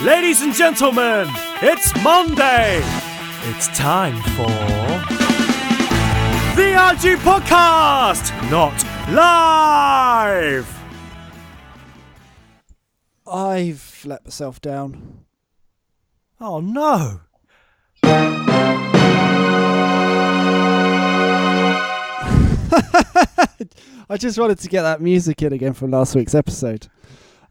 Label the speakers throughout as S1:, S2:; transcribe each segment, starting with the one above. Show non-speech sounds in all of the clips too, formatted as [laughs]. S1: Ladies and gentlemen, it's Monday. It's time for the RG Podcast, not live.
S2: I've let myself down.
S1: Oh no.
S2: I just wanted to get that music in again from last week's episode.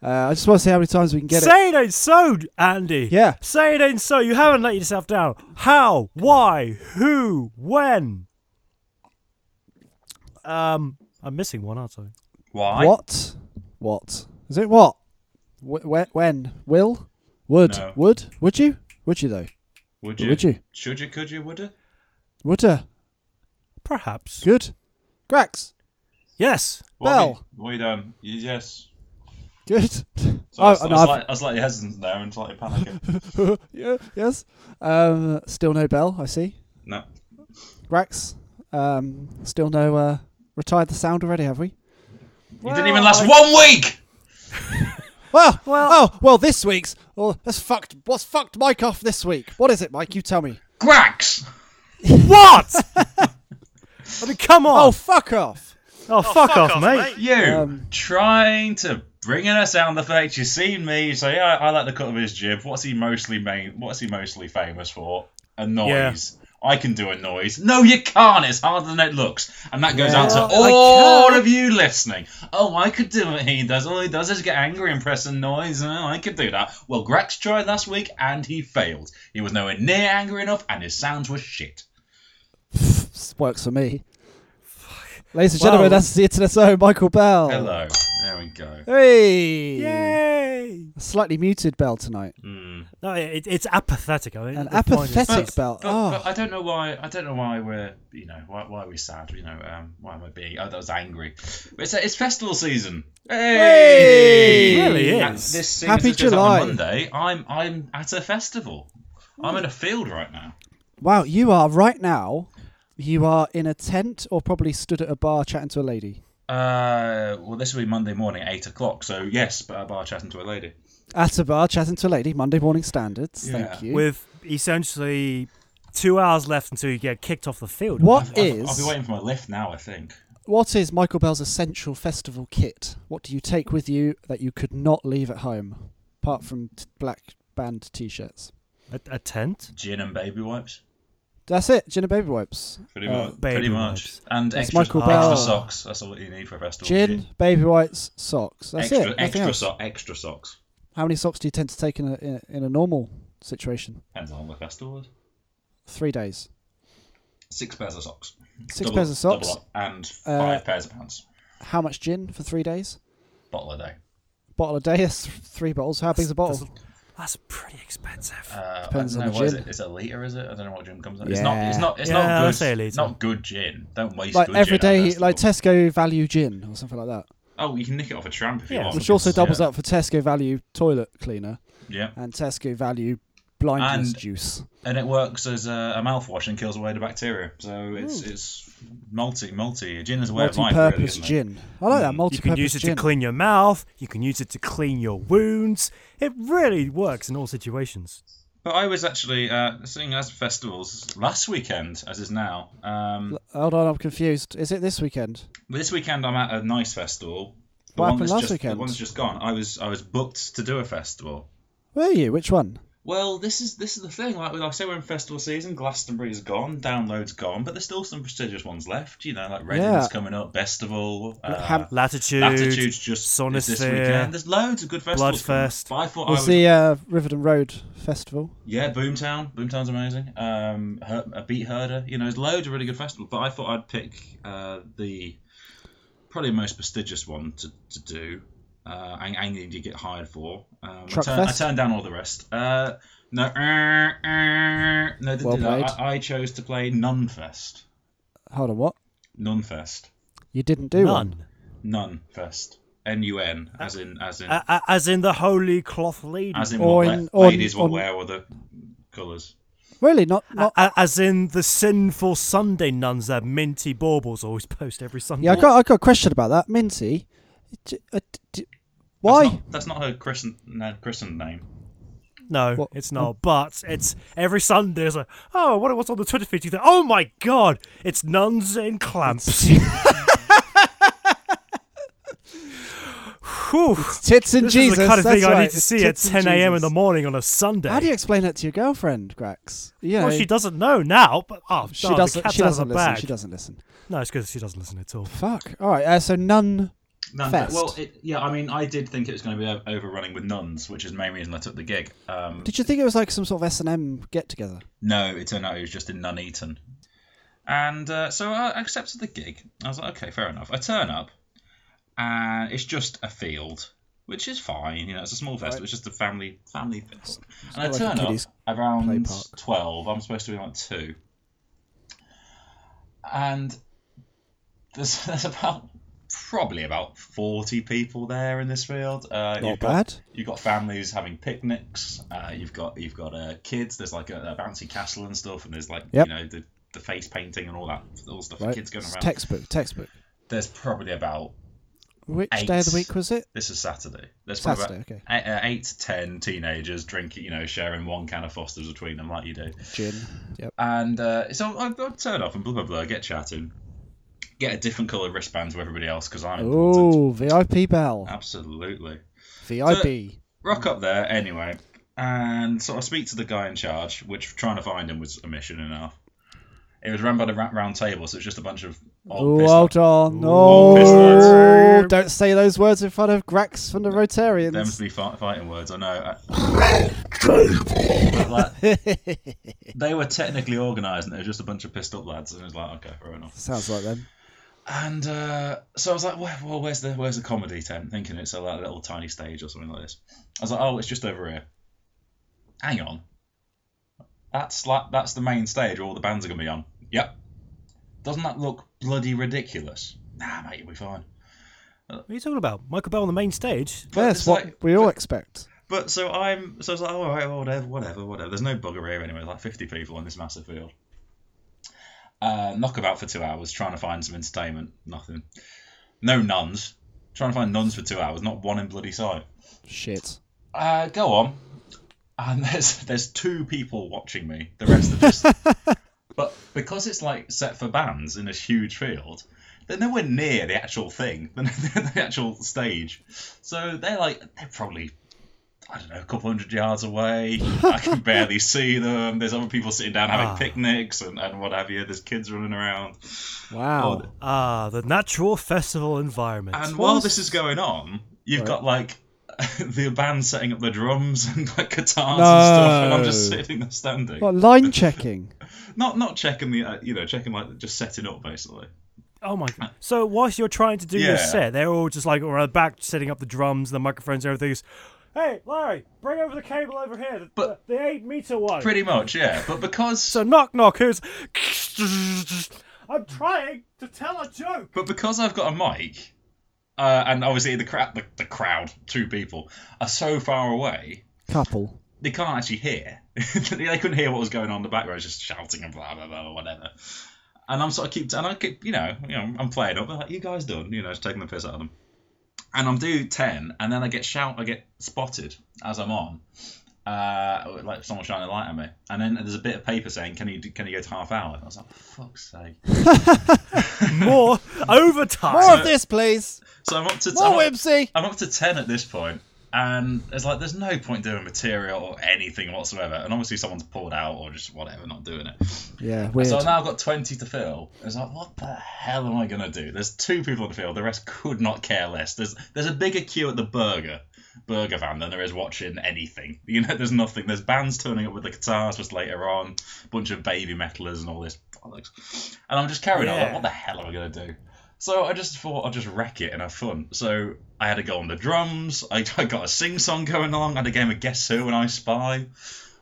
S2: Uh, I just want to see how many times we can get it.
S1: Say it ain't so, Andy.
S2: Yeah.
S1: Say it ain't so. You haven't let yourself down. How? Why? Who? When? Um, I'm missing one, aren't I?
S3: Why?
S2: What? What? Is it what? Wh- where, when? Will? Would?
S3: No.
S2: Would? Would you? Would you though?
S3: Would you?
S2: Would you?
S3: Should you? Could you? Would you?
S2: Would a
S1: Perhaps.
S2: good? Grax?
S1: Yes.
S3: What
S2: Bell.
S3: have you- What are you doing? You- yes.
S2: Good.
S3: So I,
S2: [laughs]
S3: was,
S2: Oh,
S3: I,
S2: no,
S3: was
S2: I've-
S3: like, I was slightly hesitant there and slightly
S2: [laughs]
S3: panicking.
S2: yeah, yes. Um, still no bell. I see.
S3: no.
S2: Grax. Um, still no. Uh, retired the sound already. Have we?
S3: you didn't even last one week!
S2: Well,
S1: Well-
S2: oh, well, this week's. Oh, that's fucked. What's fucked Mike off this week? What is it, Mike? You tell me.
S3: Grax!
S1: What? [laughs] I mean, come
S2: Oh,
S1: on.
S2: fuck off.
S1: Oh, fuck, off, mate.
S3: You
S2: Um,
S3: trying to bring in a sound effect. You've seen me. You say, yeah, I like the cut of his jib. What's he mostly main, What's he mostly famous for? A noise. I can do a noise. No, you can't. It's harder than it looks. And that goes out to
S2: Yeah, I
S3: all
S2: can.
S3: of you listening. Oh, I could do what he does. All he does is get angry and press a noise. Oh, I could do that. Well, Grex tried last week and he failed. He was nowhere near angry enough and his sounds were shit.
S2: This works for me. Ladies and
S1: Wow.
S2: gentlemen, that's the internet's own Michael Bell.
S3: Hello. There we go.
S2: Hey.
S1: Yay.
S2: Slightly muted Bell tonight.
S3: Hmm.
S1: No, it, it's apathetic. I mean,
S2: An
S1: the point is-
S2: apathetic Bell.
S3: But,
S2: oh.
S3: but I don't know why. I don't know why we're you know why why we're sad. You know um, why am I being? Oh, that was angry. But it's it's festival season.
S2: Hey!
S1: It really
S3: And
S1: is.
S3: this season
S2: Happy
S3: Happy July.
S2: July.
S3: On Monday, I'm I'm at a festival. I'm in a field right now.
S2: Wow, you are right now. You are in a tent or probably stood at a bar chatting to a lady.
S3: Uh, well, this will be Monday morning, eight o'clock. So yes, but a bar chatting to a lady.
S2: At a bar chatting to a lady, Monday morning standards. Thank
S3: Yeah.
S2: you.
S1: with essentially two hours left until you get kicked off the field.
S2: What
S3: I've-
S2: is-
S3: I'll be waiting for my lift now. I think.
S2: What is Michael Bell's essential festival kit? What do you take with you that you could not leave at home, apart from t- black band t-shirts?
S1: A, a tent?
S3: Gin and baby wipes.
S2: That's it. Gin and baby wipes.
S3: Pretty
S2: Uh,
S3: much.
S1: baby
S3: pretty much.
S1: wipes.
S3: And
S2: That's
S3: extra,
S2: Michael
S3: extra
S2: Bell.
S3: socks. That's all you need for a festival.
S2: Gin, baby wipes, socks. That's
S3: extra,
S2: it. nothing
S3: Extra,
S2: else.
S3: so- extra socks.
S2: How many socks do you tend to take in a in, a- in a normal situation?
S3: Depends on the festival.
S2: Three days.
S3: Six pairs of socks.
S2: Six
S3: Double-
S2: pairs of socks.
S3: double up, and
S2: Uh,
S3: five pairs of pants.
S2: How much gin for three days?
S3: Bottle a day.
S2: Bottle a day. That's th- three bottles. How big's a bottle?
S1: That's- That's pretty expensive.
S3: Uh,
S2: Depends
S3: I don't
S2: on
S3: know,
S2: the
S3: what is
S2: gin.
S3: it? Is it a liter? Is it? I don't know what gin comes in. It's not. It's
S2: Yeah.
S3: not. It's
S1: Yeah, I'd
S3: not good.
S1: say a litre.
S3: Not good gin. Don't waste
S2: Like
S3: good
S2: every
S3: gin at
S2: day, like
S3: festivals.
S2: Tesco value gin or something like that,
S3: oh, you can nick it off a tramp if you
S1: Yeah.
S3: want.
S2: which also
S3: because-
S2: doubles
S3: yeah.
S2: up for Tesco value toilet cleaner
S3: Yeah,
S2: and Tesco value blindness
S3: And-
S2: juice.
S3: and it works as a, a mouthwash and kills away the bacteria. So it's it's multi multi. Gin is a way of life. really,
S2: multi-purpose
S3: isn't it?
S2: gin. I like that
S1: you can
S2: multi-purpose
S1: use it
S2: gin.
S1: to clean your mouth. You can use it to clean your wounds. It really works in all situations.
S3: But I was actually uh, seeing as festivals last weekend, as is now. Um,
S2: Hold on, I'm confused. Is it this weekend?
S3: This weekend I'm at a nice festival. The
S2: What
S3: one
S2: happened
S3: that's
S2: last
S3: just, The
S2: weekend?
S3: one that's just gone. I was I was booked to do a festival.
S2: Where are you? Which one?
S3: Well, this is this is the thing. Like, like I say, we're in festival season. Glastonbury's gone, Download's gone, but there's still some prestigious ones left. You know, like Reading's
S2: Yeah.
S3: coming up, Festival, uh,
S2: Ham-
S1: Latitude,
S3: Latitude's just is this weekend.
S1: Sonosphere.
S3: There's loads of good festivals. coming up.
S1: Bloodfest.
S3: But I thought I
S2: Was
S3: was-
S2: the uh, Riverdon Road Festival?
S3: yeah, Boomtown. Boomtown's amazing. Um, Her- a Beat Herder. You know, there's loads of really good festivals, but I thought I'd pick uh, the probably most prestigious one to, to do. Uh, I, I need to get hired for. Um, I,
S2: Truck
S3: turn, I
S2: Fest?
S3: turned down all the rest. Uh, no, er, er, no, didn't
S2: Well
S3: do that.
S2: played.
S3: I, I chose to play Nunfest.
S2: Hold on, what?
S3: Nunfest.
S2: You didn't do one.
S1: None.
S3: Nunfest. N U N, as in as in
S1: A- a- as in the holy cloth lady.
S3: as in
S2: or
S3: what
S2: in-
S3: le-
S2: or in-
S3: ladies will
S2: on-
S3: wear or the colours.
S2: Really? Not not.
S1: A- as in the sinful Sunday nuns that Minty Baubles always post every Sunday.
S2: yeah, I got I got a question about that. Minty, d- uh, d- d-
S3: That's
S2: why?
S3: not- That's not, her christen, no, christened name.
S1: No,
S2: What-
S1: it's not. But it's every Sunday. It's like, oh, I wonder what's on the Twitter feed. You think, oh my god, it's nuns in clamps.
S2: [laughs]
S1: Whew,
S2: Tits and
S1: this is
S2: Jesus.
S1: the kind of thing
S2: that's
S1: I
S2: right,
S1: need to
S2: it's
S1: see at
S2: tits and
S1: 10 a.m. in
S2: Jesus.
S1: the morning on a Sunday.
S2: How do you explain that to your girlfriend, Grax? You know,
S1: well, she doesn't know now, but oh,
S2: she
S1: no, the
S2: doesn't.
S1: cat's
S2: She
S1: out of
S2: doesn't
S1: the
S2: listen.
S1: bag.
S2: She doesn't listen.
S1: No, it's because she doesn't listen at all.
S2: Fuck. All right. Uh, so none.
S3: Nun-
S2: Fest.
S3: Well, it, yeah, I mean, I did think it was going to be o- overrunning with nuns, which is the main reason I took the gig. Um,
S2: Did you think it was like some sort of S and M get together?
S3: no, it turned out it was just in Nuneaton. And uh, so I accepted the gig. I was like, okay, fair enough. I turn up, and it's just a field, which is fine. You know, it's a small festival. It's just a family family fest. And I
S2: not like a
S3: turn
S2: kiddies'
S3: up
S2: play
S3: around
S2: park.
S3: twelve. I'm supposed to be like two. And there's [laughs] there's about probably about forty people there in this field. Uh,
S2: Not
S3: you've got-
S2: bad.
S3: You've got families having picnics. Uh, you've got you've got uh, kids. There's like a, a bouncy castle and stuff, and there's like
S2: Yep.
S3: you know the, the face painting and all that all the stuff. for
S2: Right.
S3: Kids going
S2: It's
S3: around.
S2: Textbook. Textbook.
S3: There's probably about
S2: Which day of the
S3: Eight.
S2: week was it?
S3: this is Saturday. There's probably
S2: Saturday,
S3: about
S2: okay.
S3: eight, uh, eight to ten teenagers drinking, you know, sharing one can of Foster's between them, like you do.
S2: Gin. Yep.
S3: And uh, so I, I turn off and blah blah blah, get chatting, get a different colour wristband to everybody else because I'm important.
S2: Oh, VIP bell.
S3: Uh, Absolutely.
S2: VIB.
S3: rock up there anyway, and sort of speak to the guy in charge, which trying to find him was a mission in half. It was run by the ra- round table, so it's just a bunch of uh, old
S2: Oh,
S3: piss
S2: hold on.
S1: Ooh,
S3: piss
S2: No.
S1: lads.
S2: Don't say those words in front of Grax from the
S3: Them to
S2: Rotarians.
S3: be fi- fighting words, I know. But, like, they were technically organised, and it was just a bunch of pissed up lads, and it was like, okay, fair enough.
S2: Sounds like them.
S3: And uh, so I was like, well, well, where's the where's the comedy tent? Thinking it's a like, little tiny stage or something like this. I was like, oh, it's just over here. Hang on, that's like that's the main stage where all the bands are gonna be on. Yep. Doesn't that look bloody ridiculous? Nah, mate, you'll be fine.
S1: What are you talking about? Michael Bell on the main stage?
S3: But
S2: That's
S3: it's
S2: what
S3: like-
S2: we all expect.
S3: But so I'm so I was like, oh, all right, well, whatever, whatever, whatever. There's no bugger here anyway. There's like 50 people in this massive field. Uh, knockabout for two hours, trying to find some entertainment. Nothing. No nuns. Trying to find nuns for two hours, not one in bloody sight.
S2: Shit.
S3: Uh, go on. And [laughs] there's there's two people watching me. The rest are just. but because it's like set for bands in this huge field, they're nowhere near the actual thing, [laughs] the, the actual stage. So they're like they're probably I don't know a couple hundred yards away. I can barely see them. There's other people sitting down having
S1: Ah.
S3: picnics and, and what have you. There's kids running around.
S2: Wow.
S3: Oh,
S1: Ah, the natural festival environment.
S3: And while this is going on, you've got like [laughs] the band setting up the drums [laughs] and like guitars and stuff, and I'm just
S2: No.
S3: sitting there standing,
S2: What, line checking?
S3: not not checking the uh, you know checking like just setting up basically.
S1: Oh my god. So whilst you're trying to do your
S3: Uh, Yeah.
S1: set, they're all just like around the back setting up the drums, the microphones, everything. It's, Hey, Larry, bring over the cable over here. The,
S3: But-
S1: the, the eight meter one.
S3: Pretty much, yeah. But because
S1: so knock knock, who's I'm trying to tell a joke.
S3: [laughs] but because I've got a mic, uh, and obviously the crowd the, the crowd two people are so far away [laughs]
S2: Couple.
S3: they can't actually hear. [laughs] they couldn't hear what was going on in the background, just shouting and blah blah blah or whatever. And I'm sort of keep and I keep you know you know I'm playing up. They're like you guys done, you know, just taking the piss out of them. And I'm due ten, and then I get shout, I get spotted as I'm on, uh, like someone shining a light at me. And then there's a bit of paper saying, "Can you do- can you go to half hour?" I was like, "Fuck's sake!"
S1: More overtime.
S2: More of this, please.
S3: So I'm up to I'm
S2: More
S3: up-
S2: whimsy.
S3: I'm up to 10 at this point, and it's like there's no point doing material or anything whatsoever. And obviously, someone's pulled out or just whatever, not doing it.
S2: Yeah, weird.
S3: So now I've got 20 to fill. It's like, what the hell am I going to do? There's two people to fill, the rest could not care less. There's there's a bigger queue at the burger. Burger van than there is watching anything. [laughs] You know, there's nothing. There's bands turning up with the guitars just later on, bunch of baby metalers and all this bollocks. And I'm just carrying on like,
S1: Yeah.
S3: what the hell am I gonna do? So I just thought I'd just wreck it and have fun. So I had to go on the drums. I, [laughs] I got a sing song going along. I had a game of Guess Who and I Spy.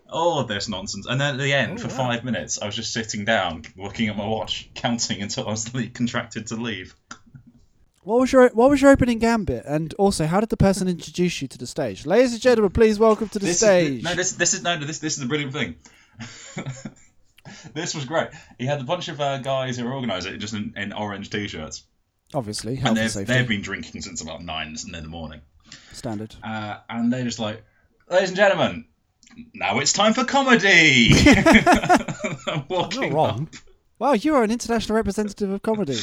S3: All of this nonsense. And then at the
S2: Oh,
S3: end, for five minutes, I was just sitting down, looking at my watch, counting until I was [laughs] le- contracted to leave.
S2: What was your What was your opening gambit? And also, how did the person introduce you to the stage? Ladies and gentlemen, please welcome to the
S3: This
S2: stage.
S3: Is, no, this this is no, no, this this is the brilliant thing. [laughs] this was great. He had a bunch of uh, guys who were organising it just in, in orange t-shirts,
S2: Obviously, health
S3: and
S2: and,
S3: they've
S2: safety
S3: they've been drinking since about nine in the morning,
S2: standard.
S3: uh, and they're just like, ladies and gentlemen. now it's time for
S1: [laughs]
S3: comedy. [laughs] I'm
S1: You're
S3: walking
S1: wrong.
S3: up,
S2: Wow, you are an international representative of
S3: [laughs]
S2: comedy.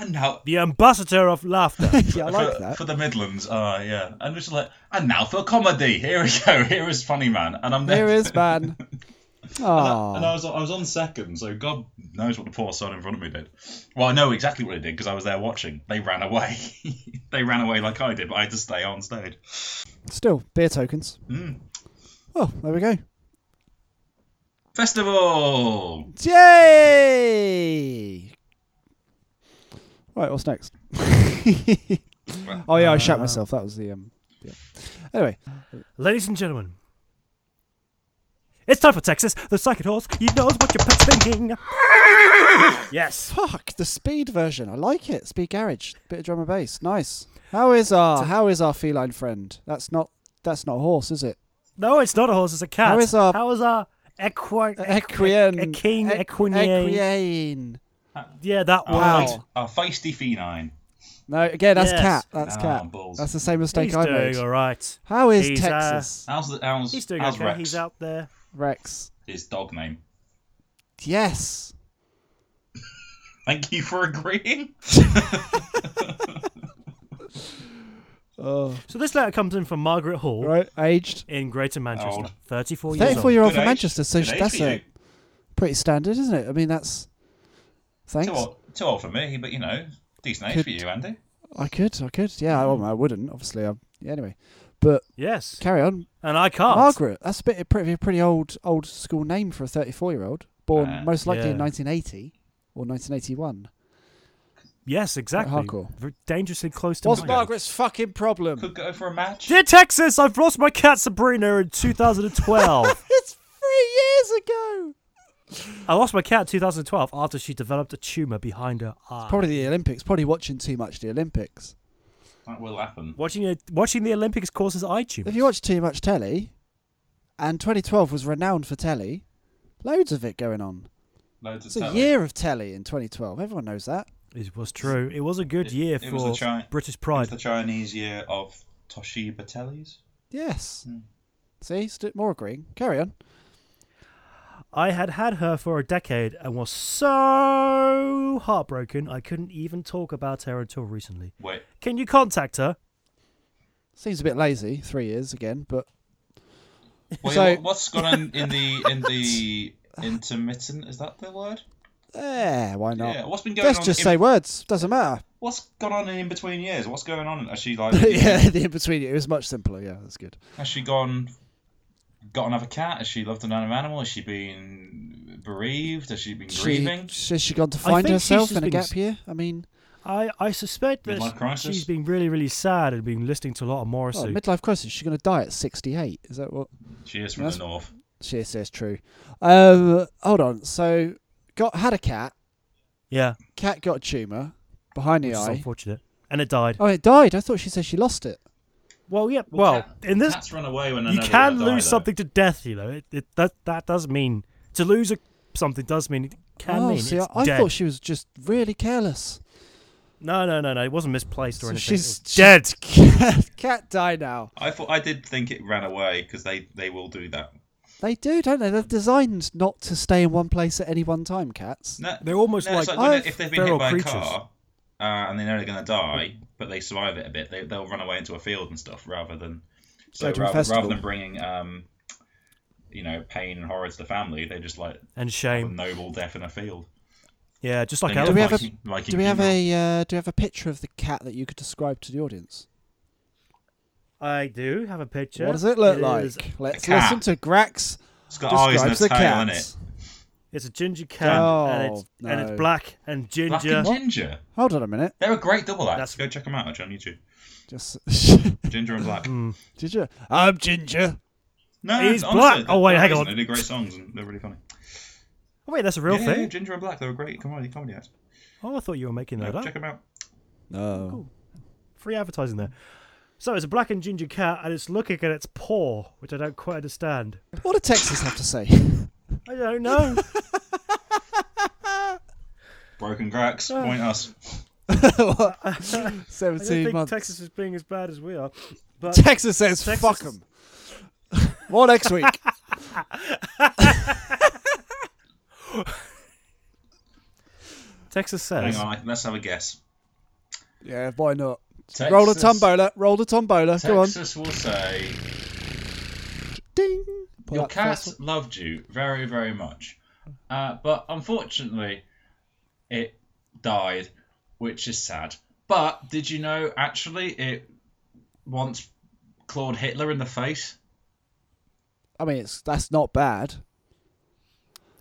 S3: and now
S1: The ambassador of
S3: [laughs]
S1: laughter.
S2: yeah, I
S3: for,
S2: like that.
S3: for the Midlands, uh, yeah, and it's like, and now for comedy. Here we go. Here is Funny Man, and I'm
S2: Here
S3: there.
S2: is man.
S3: [laughs] And I
S2: Ah,
S3: was I was on second, so God knows what the poor son in front of me did. Well, I know exactly what he did because I was there watching. They ran away. [laughs] they ran away like I did, but I had to stay on stage. Hmm.
S2: still beer tokens. Oh, there we go.
S3: Festival.
S2: Yay! Right, what's next? [laughs] oh yeah, I shat
S3: uh,
S2: myself. That was the um. Yeah. Anyway,
S1: Ladies and gentlemen, it's time for Texas, the psychic horse. He knows what you're
S3: [laughs]
S1: thinking. yes.
S2: fuck the speed version. I like it. Speed garage, bit of drum and bass. Nice. How is our how is our feline friend? That's not that's not a horse, is it?
S1: No, it's not a horse, it's a cat.
S2: How is our-
S1: How is our equi-
S2: E-, Equine.
S1: equine,
S2: Equ-
S1: equine-
S2: Equine.
S1: Yeah, that one.
S2: Wow.
S3: Feist- Our feisty feline.
S2: No, again, that's
S1: Yes.
S2: cat. That's
S3: Ah,
S2: cat.
S3: balls.
S2: That's the same mistake
S1: He's
S2: I
S1: doing
S2: made.
S1: all right.
S2: How is
S1: He's, uh,
S2: Texas?
S3: How's the how's,
S1: He's doing
S3: how's
S1: okay.
S3: Rex?
S1: He's out there.
S2: Rex.
S3: His dog name.
S2: Yes.
S3: Thank you for agreeing.
S2: Oh.
S1: So this letter comes in from Margaret Hall
S2: Right, aged.
S1: in Greater Manchester,
S3: Old.
S1: 34 Oh. years old.
S2: 34 year old
S3: Good
S2: from
S3: age.
S2: Manchester, so
S3: Good
S2: sh-
S3: age
S2: that's
S3: for
S2: a
S3: you.
S2: pretty standard, isn't it? I mean, that's. Thanks.
S3: Too old, too old for me, but you know, decent age
S2: Could-
S3: for you, Andy.
S2: I could, I could. Yeah, I, well, I wouldn't, obviously. I, yeah, anyway. But
S1: Yes,
S2: carry on.
S1: and I can't.
S2: Margaret, that's a bit pretty, pretty old old school name for a 34 year old, born
S3: Uh,
S2: most likely in
S1: yeah. 19
S2: 1980 or 1981.
S1: Yes, exactly.
S2: hardcore.
S1: V- Dangerously close to
S2: What's
S1: Margaret.
S2: Margaret's fucking problem?
S3: [laughs] Could go for a match.
S1: Dear Texas, I've lost my cat Sabrina in
S2: [laughs]
S1: 2012.
S2: it's three years ago!
S1: I lost my cat in 2012 after she developed a tumor behind her eye.
S2: Probably the Olympics. Probably watching too much the Olympics.
S3: That will happen.
S1: watching a, watching the Olympics causes eye tumor.
S2: If you watch too much telly, and 2012 was renowned for telly, loads of it going on.
S3: Loads of
S2: It's a
S3: telly.
S2: year of telly in 2012. Everyone knows that.
S1: It was true. It was a good
S3: It-
S1: year
S3: it was
S1: for
S3: the chi-
S1: British
S3: It's
S1: pride.
S3: the Chinese year of Toshiba tellies.
S2: Yes.
S3: Hmm.
S2: See, st- more agreeing. Carry on.
S1: I had had her for a decade and was so heartbroken I couldn't even talk about her until recently.
S3: Wait,
S1: Can you contact her?
S2: Seems a bit lazy. Three years again, but
S3: wait
S2: So-
S3: what, what's gone on in the in the intermittent? Is that the word?
S2: eh, why not?
S3: Yeah. What's been going
S2: Let's
S3: on?
S2: just
S3: in,
S2: say words. Doesn't
S3: [laughs]
S2: matter.
S3: What's gone on in between years? What's going on? Has she
S2: [laughs]
S3: like?
S2: yeah, the in between it was much simpler. Yeah, that's good.
S3: Has she gone? Got another cat? Has she loved another animal? Has she been bereaved? Has she been grieving?
S2: She, has she gone to find
S1: think she's
S2: herself
S1: just
S2: in a
S1: been
S2: gap
S1: s-
S2: year? I mean,
S1: I, I suspect that
S3: Midlife crisis?
S1: she's been really, really sad and been listening to a lot of
S2: oh,
S1: Morrissey.
S2: midlife crisis. She's going to die at 68. Is that what?
S3: She is from
S2: That's-
S3: the north.
S2: She says true. Um, hold on. So, got had a cat.
S1: yeah,
S2: Cat got a tumour behind the
S1: which is
S2: eye.
S1: unfortunate. And it died.
S2: Oh, it died. I thought she said she lost it.
S1: Well, yeah. Well,
S3: cat-
S1: in this,
S3: cats run away when
S1: you
S3: another
S1: can
S3: die,
S1: lose
S3: though.
S1: something to death. You know, it, it, that that does mean to lose a, something does mean it can
S2: oh,
S1: mean
S2: see,
S1: it's
S2: I, I
S1: dead.
S2: thought she was just really careless.
S1: no, no, no, no. It wasn't misplaced or
S2: So
S1: anything. it
S2: she's
S1: was dead.
S2: [laughs] Cat, cat die now.
S3: I thought I did think it ran away because they they will do that.
S2: They do, don't they? They're designed not to stay in one place at any one time. Cats.
S3: No,
S1: They're almost
S3: no, it's
S1: like
S3: when they-
S1: I've-
S3: if they've been hit
S1: feral
S3: by
S1: creatures.
S3: a car uh, and they know they're going to die, but they survive it a bit. They they'll run away into a field and stuff rather than so
S2: Go to a
S3: rather, rather
S2: festival.
S3: than bringing um you know pain and horror to the family, they just like
S1: And
S3: a
S1: shame.
S3: noble death in a field.
S1: Yeah, just like
S3: Then
S2: Do we have
S1: elephants.
S2: a-
S3: Viking- Viking
S2: Do we have
S3: funeral.
S2: a uh, Do we have a picture of the cat that you could describe to the audience?
S1: I do have a picture.
S2: What does it look like?
S1: is-
S2: Let's
S3: cat.
S2: listen to Grax
S3: It's got eyes and a
S2: describes the
S3: tail in
S2: cat.
S3: it.
S1: It's a ginger cat, and it's
S2: Oh,
S1: and it's
S2: no.
S1: black and
S3: Black
S1: ginger.
S3: and ginger.
S2: Hold on a minute.
S3: They're a great double act.
S1: That's-
S3: Go check them out actually, on YouTube.
S2: Just [laughs]
S3: Ginger and Black. No,
S2: did you? I'm Ginger.
S3: no,
S1: Mm. He's
S3: honestly,
S1: black.
S3: they're-
S1: Oh, wait,
S3: they're
S1: hang
S3: amazing.
S1: on.
S3: They do great songs and they're really funny.
S1: oh wait, that's a
S3: Yeah,
S1: real
S3: yeah,
S1: thing.
S3: yeah, Ginger and Black. They're a great comedy comedy act.
S1: Oh, I thought you were making
S3: Yeah,
S1: that up.
S3: check them out.
S1: Oh.
S2: No.
S1: Free advertising there. So it's a black and ginger cat, and it's looking at its paw, which I don't quite understand.
S2: What do Texas have
S1: [laughs]
S2: to say?
S1: I don't
S2: [laughs]
S1: know.
S3: Broken cracks.
S1: Ah.
S3: Point us.
S1: I don't
S2: Seventeen
S1: think
S2: months.
S1: Texas is being as bad as we are. But
S2: Texas says
S1: Texas- [laughs]
S2: fuck 'em. fuck them. More next week.
S1: Texas
S3: Hang
S1: says.
S3: on, I- let's have a guess.
S2: Yeah, why not?
S3: Texas,
S2: Roll a tombola. Roll the tombola. Come on.
S3: Texas will say
S2: Ding. Pull
S3: Your
S2: up first
S3: cat
S2: one.
S3: loved you very, very much. Uh, but unfortunately, it died, which is sad. But did you know, actually, it once clawed Hitler in the face?
S2: I mean, it's that's not bad.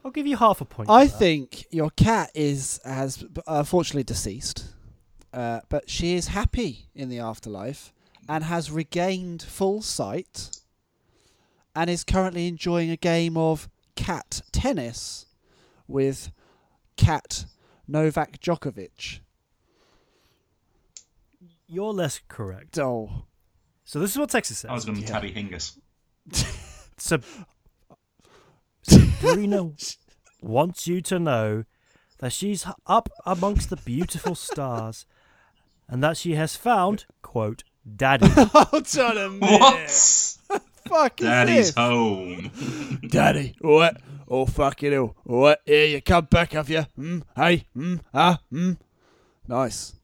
S1: I'll give you half a point.
S2: I
S1: for that.
S2: think your cat is has unfortunately deceased, uh, but she is happy in the afterlife and has regained full sight, and is currently enjoying a game of cat tennis with cat Novak Djokovic.
S1: you're less correct.
S2: Oh,
S1: So this is what Texas says.
S3: I was going to
S2: Yeah.
S3: tabby Hingus.
S1: Sab- Sabrina wants you to know that she's up amongst the beautiful stars and that she has found, quote, daddy.
S2: hold on [laughs] a minute!
S3: What?
S2: Fuck is
S3: Daddy's
S2: this?
S3: home.
S2: Daddy, what? Oh fucking hell! What? Here you come back, have you? Hmm. Hey. Hmm. Ah. Hmm. Nice.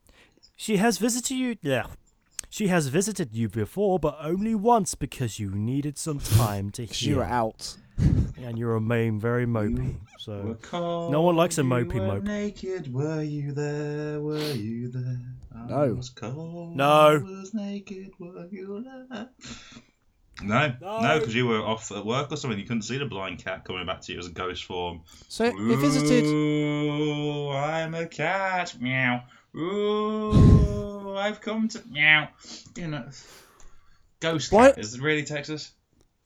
S1: She has visited you. Yeah. She has visited you before, but only once because you needed some time to
S2: You
S1: heal.
S2: are out.
S1: And you remain very mopey. So
S3: No
S1: one likes a mopey mope.
S3: Naked, were you there? Were you there? I
S2: No.
S3: was cold,
S1: No.
S3: I was naked, were you there? No, no, because you were off at work or something. You couldn't see the blind cat coming back to you as a ghost form.
S2: So it visited.
S3: Ooh, I'm a cat. Meow. Ooh, I've come to meow. You know, ghost
S2: Why-
S3: cat. Is it really Texas?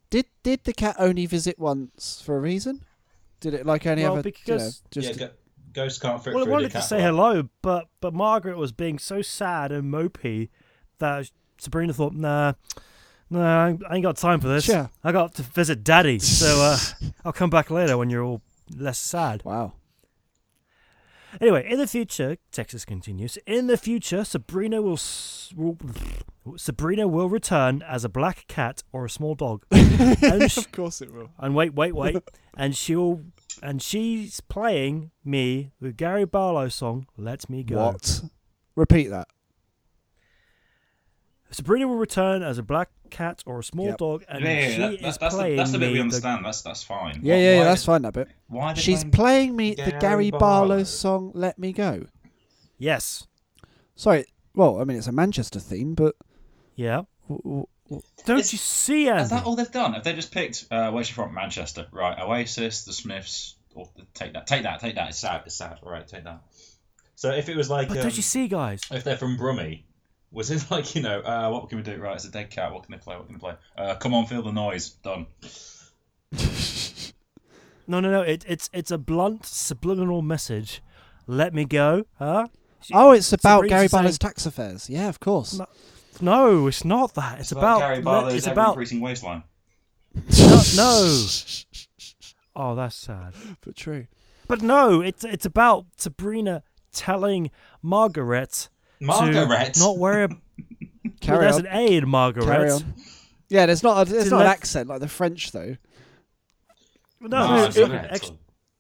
S2: Did did the cat only visit once for a reason? Did it like any
S1: Well,
S2: other?
S1: because-
S2: you know,
S3: yeah,
S2: just
S3: go- ghost can't fit
S1: well, I
S3: through the
S1: wanted
S3: cat.
S1: to say
S3: flap.
S1: hello, but but Margaret was being so sad and mopey that Sabrina thought, nah, nah, I ain't got time for this.
S2: Sure.
S1: I got to visit Daddy, so uh, [laughs] I'll come back later when you're all less sad.
S2: [laughs] wow.
S1: Anyway, in the future, Texas continues. In the future, Sabrina will, s- will [laughs] Sabrina will return as a black cat or a small dog. and,
S2: [laughs]
S1: sh-
S2: course it will.
S1: and wait, wait, wait, and she'll and she's playing me the Gary Barlow song "Let Me Go."
S2: What? Repeat that.
S1: Sabrina will return as a black cat or a small
S2: Yep.
S1: dog, and
S3: Yeah, yeah,
S1: she
S3: that- that-
S1: is
S3: that's, the,
S1: playing
S3: that's the bit
S1: me
S3: we understand. That's that's fine.
S2: Yeah,
S3: Why-
S2: yeah, yeah.
S3: why
S2: That's
S3: did-
S2: fine. That bit.
S3: Why did
S2: She's
S3: they-
S2: playing me the
S3: Gary
S2: Gary
S3: Barlow.
S2: Barlow song "Let Me Go."
S1: Yes.
S2: Sorry. Well, I mean it's a Manchester theme, but
S1: Yeah.
S2: w- w- w-
S1: Don't
S3: Is-
S1: you see, Andy?
S3: Is that all they've done? Have they just picked uh, where's she from? Manchester, right? Oasis, The Smiths. Or, take that, take that, take that. It's sad. It's sad. All right, take that. So if it was like,
S1: but
S3: um,
S1: don't you see, guys?
S3: if they're from Brummie, was it [laughs] like you know, uh, what can we do? Right, it's a dead cat. What can they play? What can they play? Uh, come on, feel the noise. Done.
S1: No, no, no. It, it's it's a blunt subliminal message. Let me go, huh? She-
S2: oh, it's about
S1: Sabrina's
S2: Gary
S1: saying-
S2: Barlow's tax affairs. Yeah, of course.
S1: No. No, it's not that. It's, about.
S3: Gary
S1: let-
S3: Barlow's
S1: it's
S3: ever
S1: about.
S3: increasing waistline.
S1: No, no. Oh, that's sad.
S2: but true.
S1: But no, it's it's about Sabrina telling Margaret,
S3: Margaret. [laughs]
S1: to not worry. [laughs] ab- well,
S2: Carry
S1: there's
S2: on.
S1: an A in Margaret.
S2: Carry on. Yeah, there's not a, there's
S1: To
S2: not an
S1: let-
S2: accent like the French though.
S1: No, no, it's not an ex-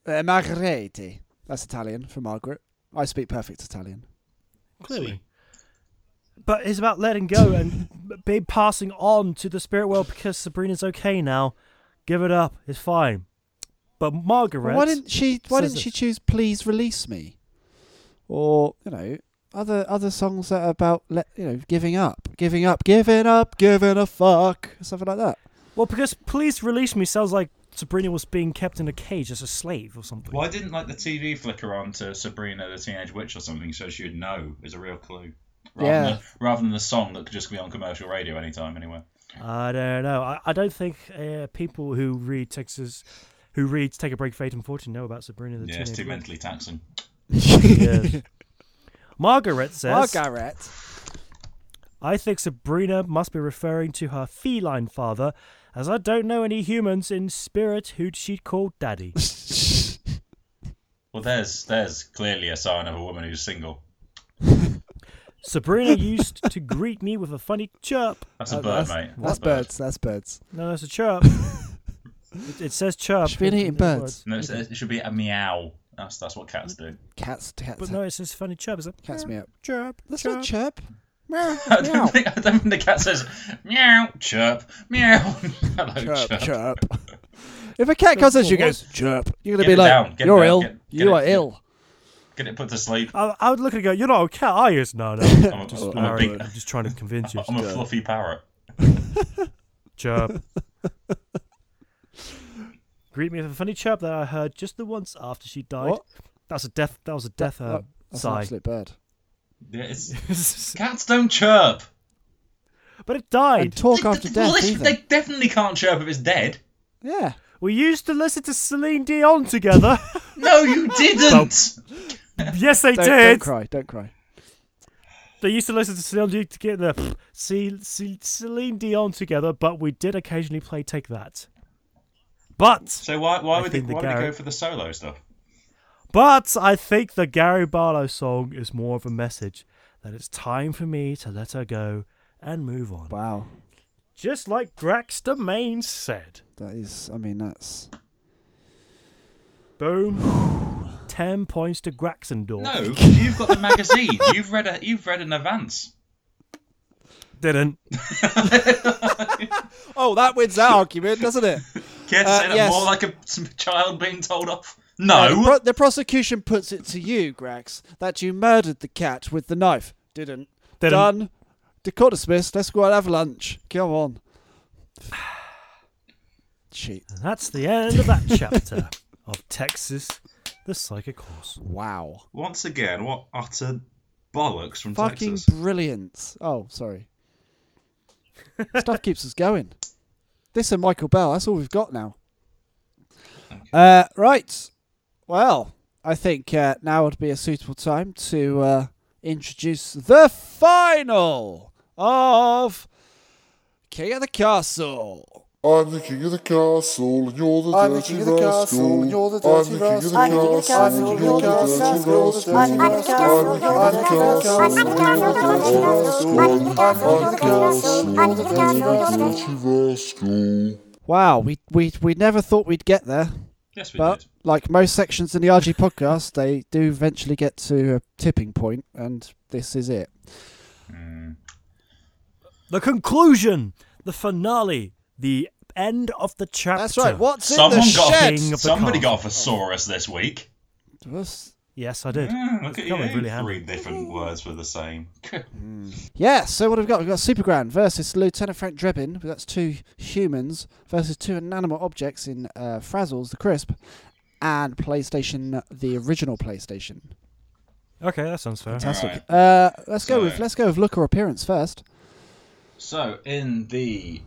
S2: Uh, Margheriti. That's Italian for Margaret. I speak perfect Italian.
S1: clearly. But it's about letting go and be passing on to the spirit world because Sabrina's okay now. Give it up. It's fine. But Margaret.
S2: Well, why didn't she? Why
S1: says
S2: didn't she
S1: it.
S2: choose "Please Release Me," or you know, other other songs that are about let you know giving up, giving up, giving up, giving a fuck, something like that.
S1: Well, because please release me sounds like Sabrina was being kept in a cage as a slave or something.
S3: Why didn't like the TV flicker on to Sabrina the Teenage Witch or something so she'd know is a real clue. Rather
S2: Yeah.
S3: Than, rather than the song that could just be on commercial radio anytime anywhere.
S1: I don't know. I, I don't think uh, people who read Texas, who read Take a Break, Fate and Fortune know about Sabrina the
S3: yeah,
S1: Teenage
S3: it's too
S1: Witch.
S3: mentally taxing.
S2: [laughs]
S1: Yes. Margaret says,
S2: Margaret.
S1: I think Sabrina must be referring to her feline father, as I don't know any humans in spirit who she'd call
S2: [laughs]
S1: daddy.
S3: Well, there's there's clearly a sign of a woman who's single.
S1: Sabrina used to greet me with a funny chirp.
S3: That's a
S2: Uh,
S3: bird,
S2: that's,
S3: mate.
S2: That's birds. That's birds.
S1: No, that's a chirp. It, it says chirp.
S2: Should be an
S1: in-
S2: eating
S1: in the
S2: bird.
S1: words.
S3: No, it's, it should be a meow. That's that's what cats do. [laughs]
S2: Cats, cats,
S1: But no, it says funny chirp. It's like,
S2: cats me up.
S1: chirp,
S2: That's
S1: chirp.
S2: not
S3: [laughs]
S2: chirp. Meow,
S3: I
S2: meow.
S3: don't, think, I don't think the cat says meow, chirp, meow. [laughs] Hello,
S2: [laughs]
S3: chirp.
S2: chirp, chirp. if a cat comes at you and goes chirp, you're gonna
S3: Get
S2: be
S3: it
S2: like,
S3: down, get it
S2: "You're
S3: down,
S2: ill.
S3: get- get
S2: you
S3: it-
S2: are
S3: get-
S2: ill."
S3: Get it put
S1: [laughs]
S3: to sleep.
S1: I, I would look at it and go, You're not a cat, are you? It's, No, no. I'm
S3: I'm
S2: [laughs]
S3: a-
S1: just,
S2: Oh,
S3: I'm a
S1: parroting.
S3: big-
S1: I'm just trying to convince you.
S3: I'm a fluffy parrot.
S2: [laughs]
S1: chirp. Greet me with a funny chirp that I heard just the once after she died.
S2: What?
S1: That's a death. That was a death.
S2: That-
S1: Uh,
S2: um, That's an
S1: sigh.
S2: absolute bird.
S3: Yeah,
S1: [laughs]
S3: it's, cats don't chirp.
S1: but it died.
S2: And talk
S3: They-
S2: after
S3: they- well,
S2: death
S3: they,
S2: either.
S3: they definitely can't chirp if it's dead.
S2: Yeah.
S1: we used to listen to Celine Dion
S2: [laughs]
S1: together.
S3: No,
S1: [laughs]
S3: you didn't.
S1: yes, they
S2: Don't,
S1: did.
S2: don't cry. Don't cry.
S1: They used to listen to Celine Dion together. C- C- Celine Dion together, but we did occasionally play Take That. But
S3: so why why
S1: I
S3: would they,
S1: think the
S3: why would they go
S1: Garrett-
S3: for the solo stuff?
S1: But I think the Gary Barlow song is more of a message that it's time for me to let her go and move on.
S2: Wow.
S1: Just like Graxter Main said.
S2: That is. I mean, that's.
S1: Boom.
S2: [sighs]
S1: Ten points to Graxendorf.
S3: No, you've got
S1: [laughs]
S3: the magazine. You've read a you've read an advance.
S1: Didn't.
S2: Oh, that wins
S3: [laughs]
S2: that argument, doesn't it?
S3: Kids
S2: Uh,
S3: say that
S2: yes.
S3: more like a some child being told off.
S2: Uh, the,
S3: No,
S2: pro- the prosecution puts it to you, Grax, that you murdered the cat with the knife. Didn't.
S1: Didn't.
S2: Done. The court dismissed. Let's go and have lunch. Come on. [sighs] Cheat.
S1: And that's the end of that chapter of Texas the Psychic Horse.
S2: Wow.
S3: once again, what utter bollocks from
S2: Fucking
S3: Texas.
S2: brilliant. Oh, sorry. Stuff keeps us going. This and Michael Bell, that's all we've got now. Uh, right. Well, I think uh, now would be a suitable time to uh, introduce the final of King of the Castle.
S4: I'm the king of the castle, and you're the
S5: I'm the
S4: dirty
S5: king of the
S4: rascal.
S5: castle, and you're the dirty rascal.
S4: I'm the king of the castle, and you're the dirty rascal.
S5: I'm the
S4: I'm the king of the castle, and you're the dirty rascal. I'm the king of the
S5: king of the castle,
S4: castle, and you're the dirty rascal.
S2: Wow, we, we, we never thought we'd get there.
S3: Yes, we
S2: But
S3: did.
S2: like most sections in the RG podcast, they do eventually get to a tipping point, and this is it.
S1: The conclusion, the finale, the end of the chapter.
S2: That's right. What's in
S3: Someone
S2: the
S3: got
S2: shed?
S1: King of the
S3: Somebody
S1: castle.
S3: got a thesaurus this week.
S2: Yes.
S1: Yes, I did.
S3: Mm, look at you.
S1: coming really handy.
S3: Three different words for the same. [laughs]
S2: Yeah. So what have we got? We've got Supergran versus Lieutenant Frank Drebin. That's two humans versus two inanimate objects in uh, Frazzles the Crisp and PlayStation, the original PlayStation.
S1: Okay, that sounds fair.
S2: Fantastic.
S3: Alright.
S2: Uh, let's go
S3: So-
S2: with let's go with look or appearance first.
S3: So in the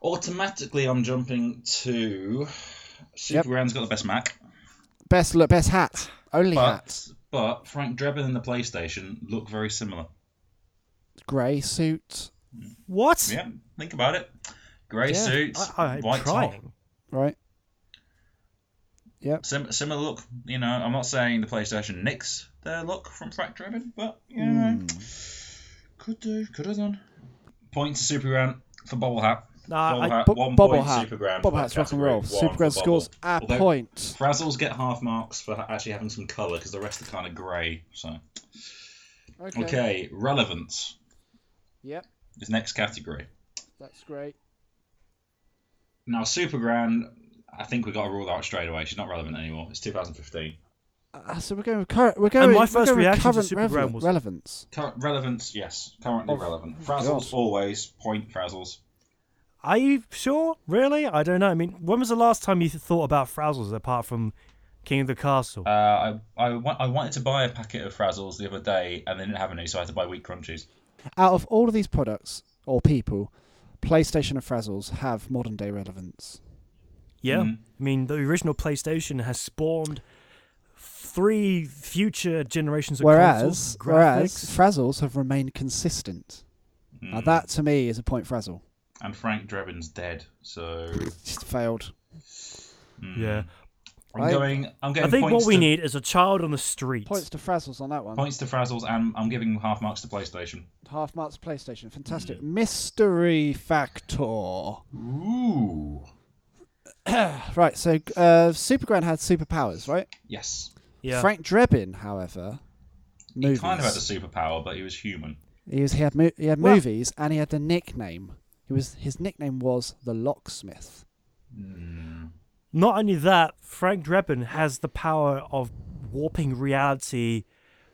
S3: automatically, I'm jumping to
S2: Yep.
S3: Super has got the best Mac,
S2: Best look, best hat, only hat,
S3: but but Frank Drebin and the PlayStation look very similar.
S2: grey suit,
S1: What?
S3: Yeah, think about it. Grey
S2: Yeah,
S3: suits,
S1: I, I'm
S3: white
S1: trying.
S3: top,
S2: right?
S3: Sim- similar look. You know, I'm not saying the PlayStation nicks their look from Frank Drebin, but you
S2: Hmm.
S3: know, could do, could have done. Point to Superground for bobble hat.
S1: Nah,
S3: bobble
S1: I-
S3: hat,
S2: Bo-
S3: one
S2: bobble
S3: point
S2: hat.
S3: Superground.
S2: Bobble
S3: for
S2: hat's rock and
S3: category,
S2: roll.
S3: one for
S2: Superground
S3: bobble.
S2: scores a
S3: Although
S2: point.
S3: Frazzles get half marks for ha- actually having some colour because the rest are kind of grey. So okay. relevance
S2: Yep,
S3: is next category.
S2: that's great.
S3: Now Superground, I think we got to rule out straight away. She's not relevant anymore. It's 2015.
S2: Uh, so we're going with current. We're going.
S1: my
S2: we're
S1: first
S2: going with
S1: reaction to
S2: current
S1: Supergram
S2: relevant-
S1: was-
S2: relevance.
S3: Cur- relevance, yes, currently relevant. Frazzles
S2: God.
S3: always point Frazzles.
S1: Are you sure? Really? I don't know. I mean, when was the last time you th- thought about Frazzles apart from King of the Castle?
S3: Uh, I, I, wa- I wanted to buy a packet of Frazzles the other day and they didn't have any, so I had to buy wheat crunchies.
S2: Out of all of these products or people, PlayStation and Frazzles have modern day relevance.
S1: yeah.
S3: mm.
S1: I mean, the original PlayStation has spawned three future generations of
S2: Whereas,
S1: consoles,
S2: whereas
S1: graphics.
S2: Frazzles have remained consistent.
S3: Hmm.
S2: Now that to me is a point Frazzle.
S3: And Frank Drebin's dead, so
S2: Just failed.
S3: Mm.
S1: yeah.
S3: I'm
S2: I-
S3: going. I'm
S1: I
S3: getting
S1: think
S3: points
S1: what we
S3: to,
S1: need is a child on the street.
S2: Points to Frazzles on that one.
S3: points to Frazzles, and I'm giving half marks to PlayStation.
S2: Half marks PlayStation.
S3: Hmm.
S2: Fantastic. Mystery factor.
S3: Ooh.
S2: Right, so uh, Supergran had superpowers, right?
S3: Yes.
S1: Yeah.
S2: Frank Drebin, however, movies.
S3: He kind of had a superpower, but he was human.
S2: He was he had mo- he had
S1: Well-
S2: movies and he had a nickname. He was his nickname was the locksmith.
S1: Not only that, Frank Drebin has the power of warping reality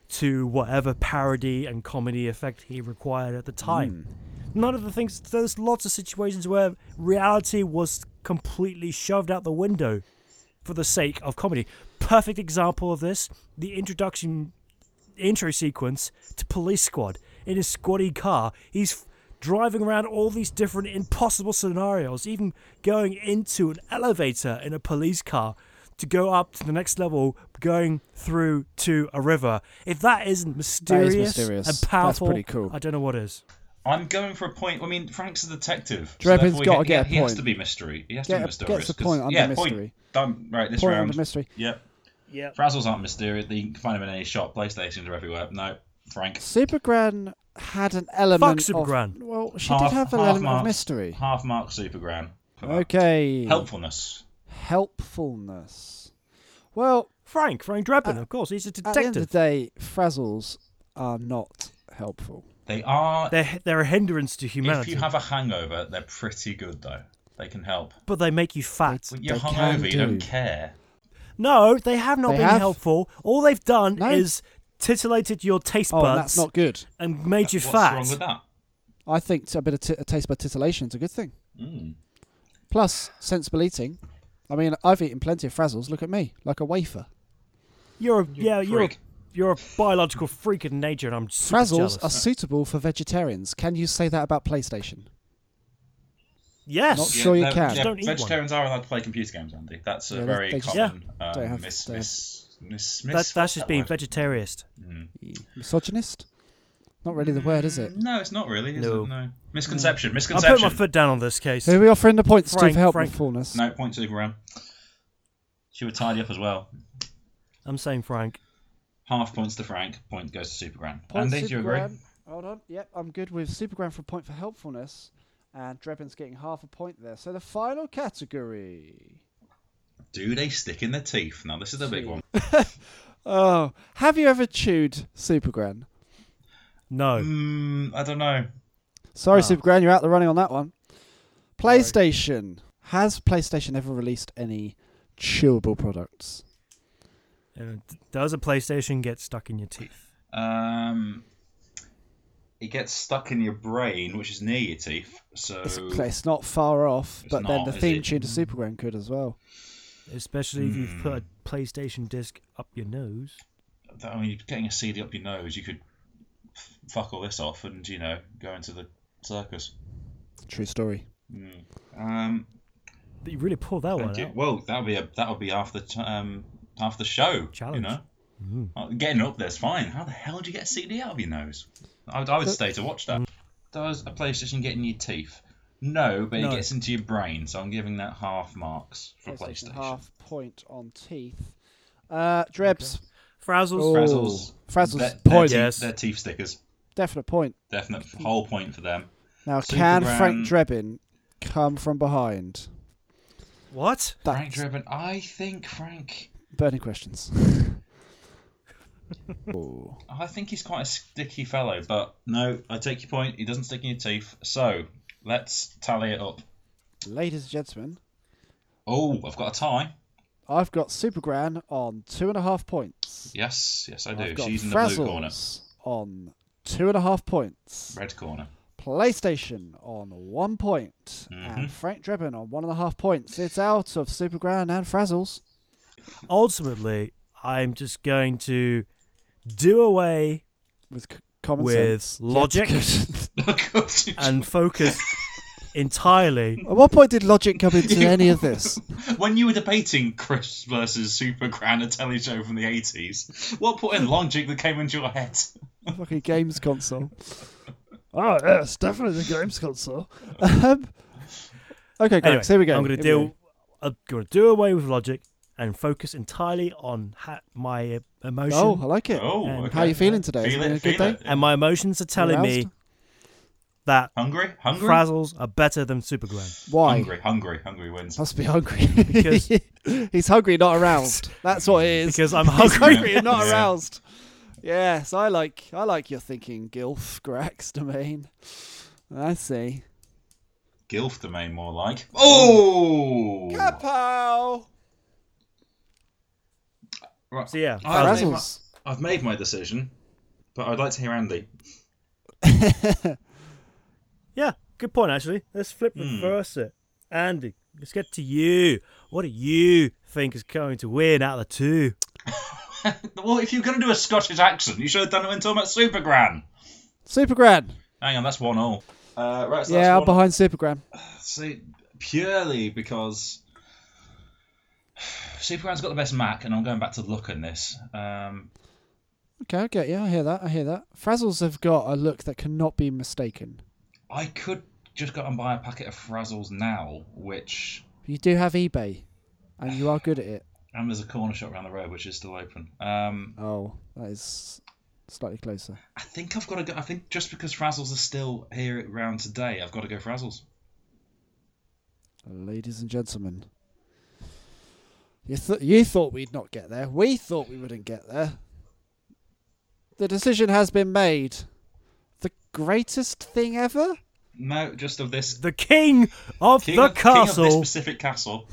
S1: to whatever parody and comedy effect he required at the
S3: Hmm.
S1: time. None of the things. There's lots of situations where reality was completely shoved out the window for the sake of comedy. Perfect example of this: the introduction intro sequence to Police Squad in his squatty car. He's f- driving around all these different impossible scenarios, even going into an elevator in a police car to go up to the next level, going through to a river. If that isn't mysterious,
S2: mysterious. That's
S1: and powerful,
S2: pretty cool.
S1: I don't know what is.
S3: I'm going for a point. I mean, Frank's a detective.
S2: Drebin's
S3: therefore he-
S2: gotta
S3: he,
S2: get a
S3: He has
S2: point.
S3: to be mystery. He has
S2: Get
S3: to
S2: a-
S3: be
S2: gets
S3: mysterious.
S2: a
S3: 'cause-
S2: point under
S3: yeah,
S2: mystery.
S3: Point. Done. Right, this
S2: Point
S3: round.
S2: under mystery.
S3: Yep.
S1: Yeah.
S3: Frazzles aren't mysterious. You can find them in any shop. PlayStations are everywhere. No, Frank.
S2: Supergran had an element
S1: Supergran.
S2: of well, she
S3: half,
S2: did have an
S3: half
S2: element
S3: mark,
S2: of mystery.
S3: Half mark Supergran. for that.
S2: Okay,
S3: Helpfulness.
S2: helpfulness. Well,
S1: Frank, Frank Drebin, of course, he's a
S2: at Uh, the end
S1: detective.
S2: of the day, frazzles are not helpful.
S3: They are.
S1: they're, they're a hindrance to
S3: If
S1: humanity,
S3: you have a hangover, they're pretty good though. They can help.
S1: but they make you fat.
S3: When you're
S2: They can
S3: hungover, you don't
S2: do.
S3: care.
S1: No, they have not
S2: They
S1: been
S2: have.
S1: helpful. All they've done
S2: No.
S1: is titillated your taste
S2: Oh,
S1: buds
S2: and that's not good.
S1: and made you
S3: What's
S1: fat.
S3: wrong with that?
S2: I think a bit of t- a taste bud titillation is a good thing.
S3: Mm.
S2: Plus, sensible eating. I mean, I've eaten plenty of frazzles. Look at me, like a wafer.
S1: You're a, yeah, you're a,
S3: freak.
S1: you're a biological freak in nature, and I'm super
S2: Frazzles
S1: jealous.
S2: are suitable for vegetarians. Can you say that about PlayStation?
S1: yes,
S2: not sure you
S3: no,
S2: can.
S1: Just don't eat one.
S3: vegetarians are allowed to play computer games, Andy. That's a
S2: Yeah, they-
S3: very
S2: they just-
S3: common
S2: don't
S3: um,
S2: have-
S3: mis-
S2: they have-
S3: mis- mis-
S1: that,
S3: mis-
S1: that's just
S3: that
S1: being
S3: word. Mm.
S1: vegetarianist.
S2: Misogynist? Not really the word, is it?
S3: No, it's not really. Is
S1: No. Mm.
S3: It? no. Misconception.
S1: I put
S3: Misconception.
S1: my foot down on this case.
S2: Who are we offering the points to
S1: Frank,
S2: for
S1: Frank.
S2: helpfulness?
S3: Mm. No point to Graham. She would tidy up as well.
S1: I'm saying Frank.
S3: Half points to Frank. Point goes to Supergran. Andy, do you agree?
S2: Hold on. Yep, I'm good with Supergram for a point for helpfulness. And Drebin's getting half a point there. So the final category.
S3: Do they stick in their teeth? Now this is the big one.
S2: Oh, have you ever chewed Supergran?
S1: No,
S3: Mm, I don't know.
S2: Sorry, Supergran, you're out the running on that one. PlayStation. Has PlayStation ever released any chewable products?
S3: Mm.
S1: Uh, does a PlayStation get stuck in your teeth?
S3: Um, it gets stuck in your brain, which is near your teeth. So
S2: It's, it's not far off,
S3: It's
S2: but then
S3: not,
S2: the
S3: is
S2: theme
S3: it?
S2: tune to Supergran could as well.
S1: Especially if you've
S3: Mm.
S1: put a PlayStation disc up your nose.
S3: I mean, getting a CD up your nose, you could f- fuck all this off and you know go into the circus.
S2: True story.
S3: Um,
S1: But you really pull that one
S3: thank you.
S1: out.
S3: Well, that would be a that would be half the t- um half the show.
S1: Challenge.
S3: You know, Uh, getting up there's fine. How the hell do you get a CD out of your nose? I would, I would stay to watch that. Does a PlayStation get in your teeth? No, but
S1: No.
S3: it gets into your brain, so I'm giving that half marks for
S2: PlayStation
S3: PlayStation.
S2: half point on teeth. Uh, Drebs,
S1: Frazzles.
S2: Oh.
S3: Frazzles.
S2: Frazzles,
S3: They're-
S2: point.
S3: They're,
S1: Yes.
S3: teeth, they're teeth stickers.
S2: definite point.
S3: Definite whole point for them.
S2: Now, can Frank
S3: Supergran.
S2: Drebin come from behind?
S1: What?
S2: That's
S3: Frank Driven. I think Frank.
S2: burning questions. [laughs] Ooh.
S3: I think he's quite a sticky fellow, but no, I take your point. He doesn't stick in your teeth. So let's tally it up.
S2: Ladies and gentlemen,
S3: Oh, I've got a tie.
S2: I've got Supergran on two and a half points.
S3: Yes, yes, I do.
S2: I've got
S3: She's in the blue corner,
S2: Frazzles on two and a half points.
S3: red corner. [laughs]
S2: PlayStation on one point,
S1: Mm-hmm.
S2: and Frank Drebin on one and a half points. It's out of Supergran and Frazzles.
S1: Ultimately, I'm just going to do away
S2: with c- common
S1: With
S2: sense.
S1: logic. and
S3: [laughs]
S1: focus entirely.
S2: [laughs] At what point did logic come into
S1: [laughs]
S2: any of this? [laughs]
S3: when you were debating Chris versus Super Gran, a telly show from the 80s, what point in logic that came into
S2: [laughs]
S3: your head?
S2: Fucking games console. Oh yes, definitely the games console. [laughs] um, okay, Greg,
S1: Anyway,
S2: so here we go.
S1: I'm going to
S2: Here we
S1: deal.
S2: go.
S1: I'm going to do away with logic and focus entirely on ha- my uh, emotion.
S2: Oh, I like it.
S3: Oh,
S1: And
S3: okay.
S2: How are you feeling today? Is
S3: Feel
S2: it
S3: it,
S2: a good
S3: feel
S2: day?
S3: it.
S1: and my emotions are telling me
S2: Aroused?
S1: that
S3: Hungry? Hungry?
S1: Frazzles are better than Supergren.
S2: Why?
S3: Hungry, hungry, hungry wins.
S2: Must be hungry.
S1: Because-
S2: [laughs] he's hungry, not aroused. That's what it is.
S1: Because I'm
S2: he's
S1: hungry.
S2: hungry and not
S3: Yeah.
S2: aroused. Yes, I like I like your thinking, Gilf [laughs] Grax Domain. I see.
S3: Gilf domain more like. Oh!
S2: Kapow!
S3: Right.
S1: So yeah,
S3: I've, made my,
S2: Frazzles.
S3: I've made my decision, but I'd like to hear Andy.
S1: yeah, good point actually. Let's flip
S3: Hmm.
S1: reverse it. Andy, let's get to you. What do you think is going to win out of the two?
S3: Well, if you're going to do a Scottish accent, you should have done it when talking about Supergran.
S2: Supergran.
S3: Hang on, that's one all. Uh, right, so that's
S2: yeah, I'm
S3: one-
S2: behind Supergran.
S3: See, purely because Supergran's got the best Mac, and I'm going back to look in this. Um,
S2: Okay, I get you. I hear that. I hear that. Frazzles have got a look that cannot be mistaken.
S3: I could just go and buy a packet of Frazzles now, which
S2: You do have eBay, and you are good at it.
S3: and there's a corner shop around the road which is still open. Um,
S2: Oh, that is slightly closer.
S3: I think I've got to go. I think just because Frazzles are still here around today, I've got to go Frazzles.
S2: Ladies and gentlemen, you, th- you thought we'd not get there. We thought we wouldn't get there. The decision has been made. The greatest thing ever?
S3: No, just of this
S1: The king of
S3: king,
S1: the
S3: of, king of this
S1: castle. [laughs]
S3: specific castle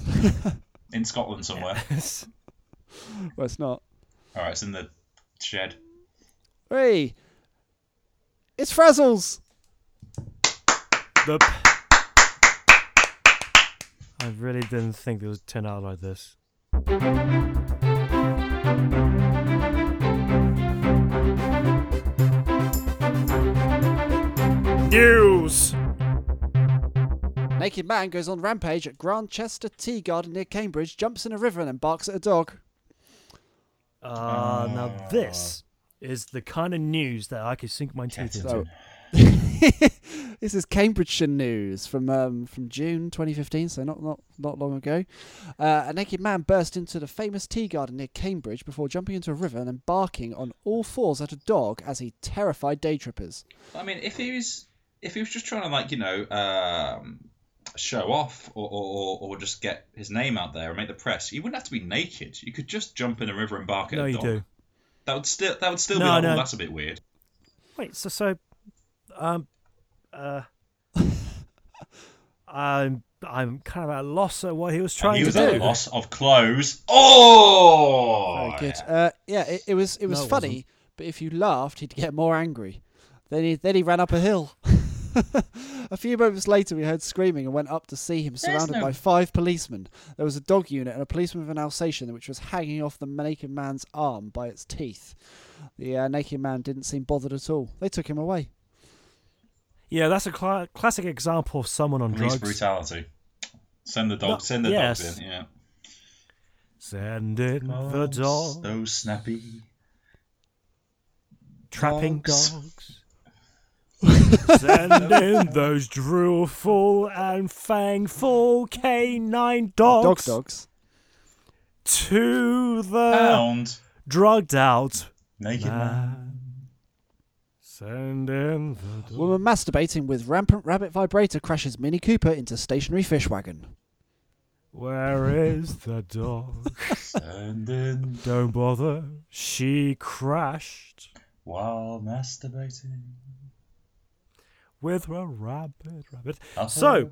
S3: in Scotland somewhere.
S2: Well, it's not.
S3: All right, it's in the shed.
S2: Hey! It's Frazzles!
S1: The... I really didn't think it would turn out like this. News.
S2: Naked man goes on rampage at Grantchester Tea Garden near Cambridge, jumps in a river, and then barks at a dog.
S1: Uh,
S3: Ah.
S1: now this is the kind of news that I could sink my teeth into.
S2: So, this is Cambridgeshire news from um, from June 2015, so not not not long ago. Uh, a naked man burst into the famous tea garden near Cambridge before jumping into a river and then barking on all fours at a dog as he terrified day trippers.
S3: I mean, if he was, if he was just trying to like you know, um, show off or, or, or, or just get his name out there and make the press, he wouldn't have to be naked. You could just jump in a river and bark at
S1: no,
S3: a
S1: you
S3: dog.
S1: do.
S3: That would still, that would still be
S1: No,
S3: like,
S1: no.
S3: oh, that's a bit weird.
S1: Wait, so so, um, [laughs] uh, I'm I'm kind of at a loss at what he was
S3: And
S1: trying
S3: he was
S1: to
S3: at a
S1: do.
S3: loss of clothes. Oh,
S2: Very good. Uh, yeah, it, it was it was
S1: No, it
S2: funny,
S1: wasn't.
S2: but if you laughed, he'd get more angry. Then he then he ran up a hill. [laughs] a few moments later, we heard screaming and went up to see him surrounded
S3: no-
S2: by five policemen. There was a dog unit and a policeman with an Alsatian, which was hanging off the naked man's arm by its teeth. The uh, naked man didn't seem bothered at all. They took him away.
S1: Yeah, that's a cla classic example of someone on
S3: Police
S1: drugs.
S3: brutality. Send the dog.
S1: No,
S3: send the
S1: yes.
S3: dogs in. Yeah.
S1: Send in the dog,
S3: Those snappy.
S1: trapping
S3: dogs.
S1: dogs. [laughs] Send in those droolful and fangful canine
S2: Dog
S1: dogs
S2: dogs.
S1: to the
S3: Pound.
S1: drugged out.
S3: Naked man.
S1: Send in the dog.
S2: Woman masturbating with rampant rabbit vibrator crashes Mini Cooper into stationary fish wagon.
S1: Where is the dog?
S3: Send in
S1: Don't bother. She crashed
S3: while masturbating.
S1: with a rabbit. Rabbit.
S3: Uh-huh.
S1: So,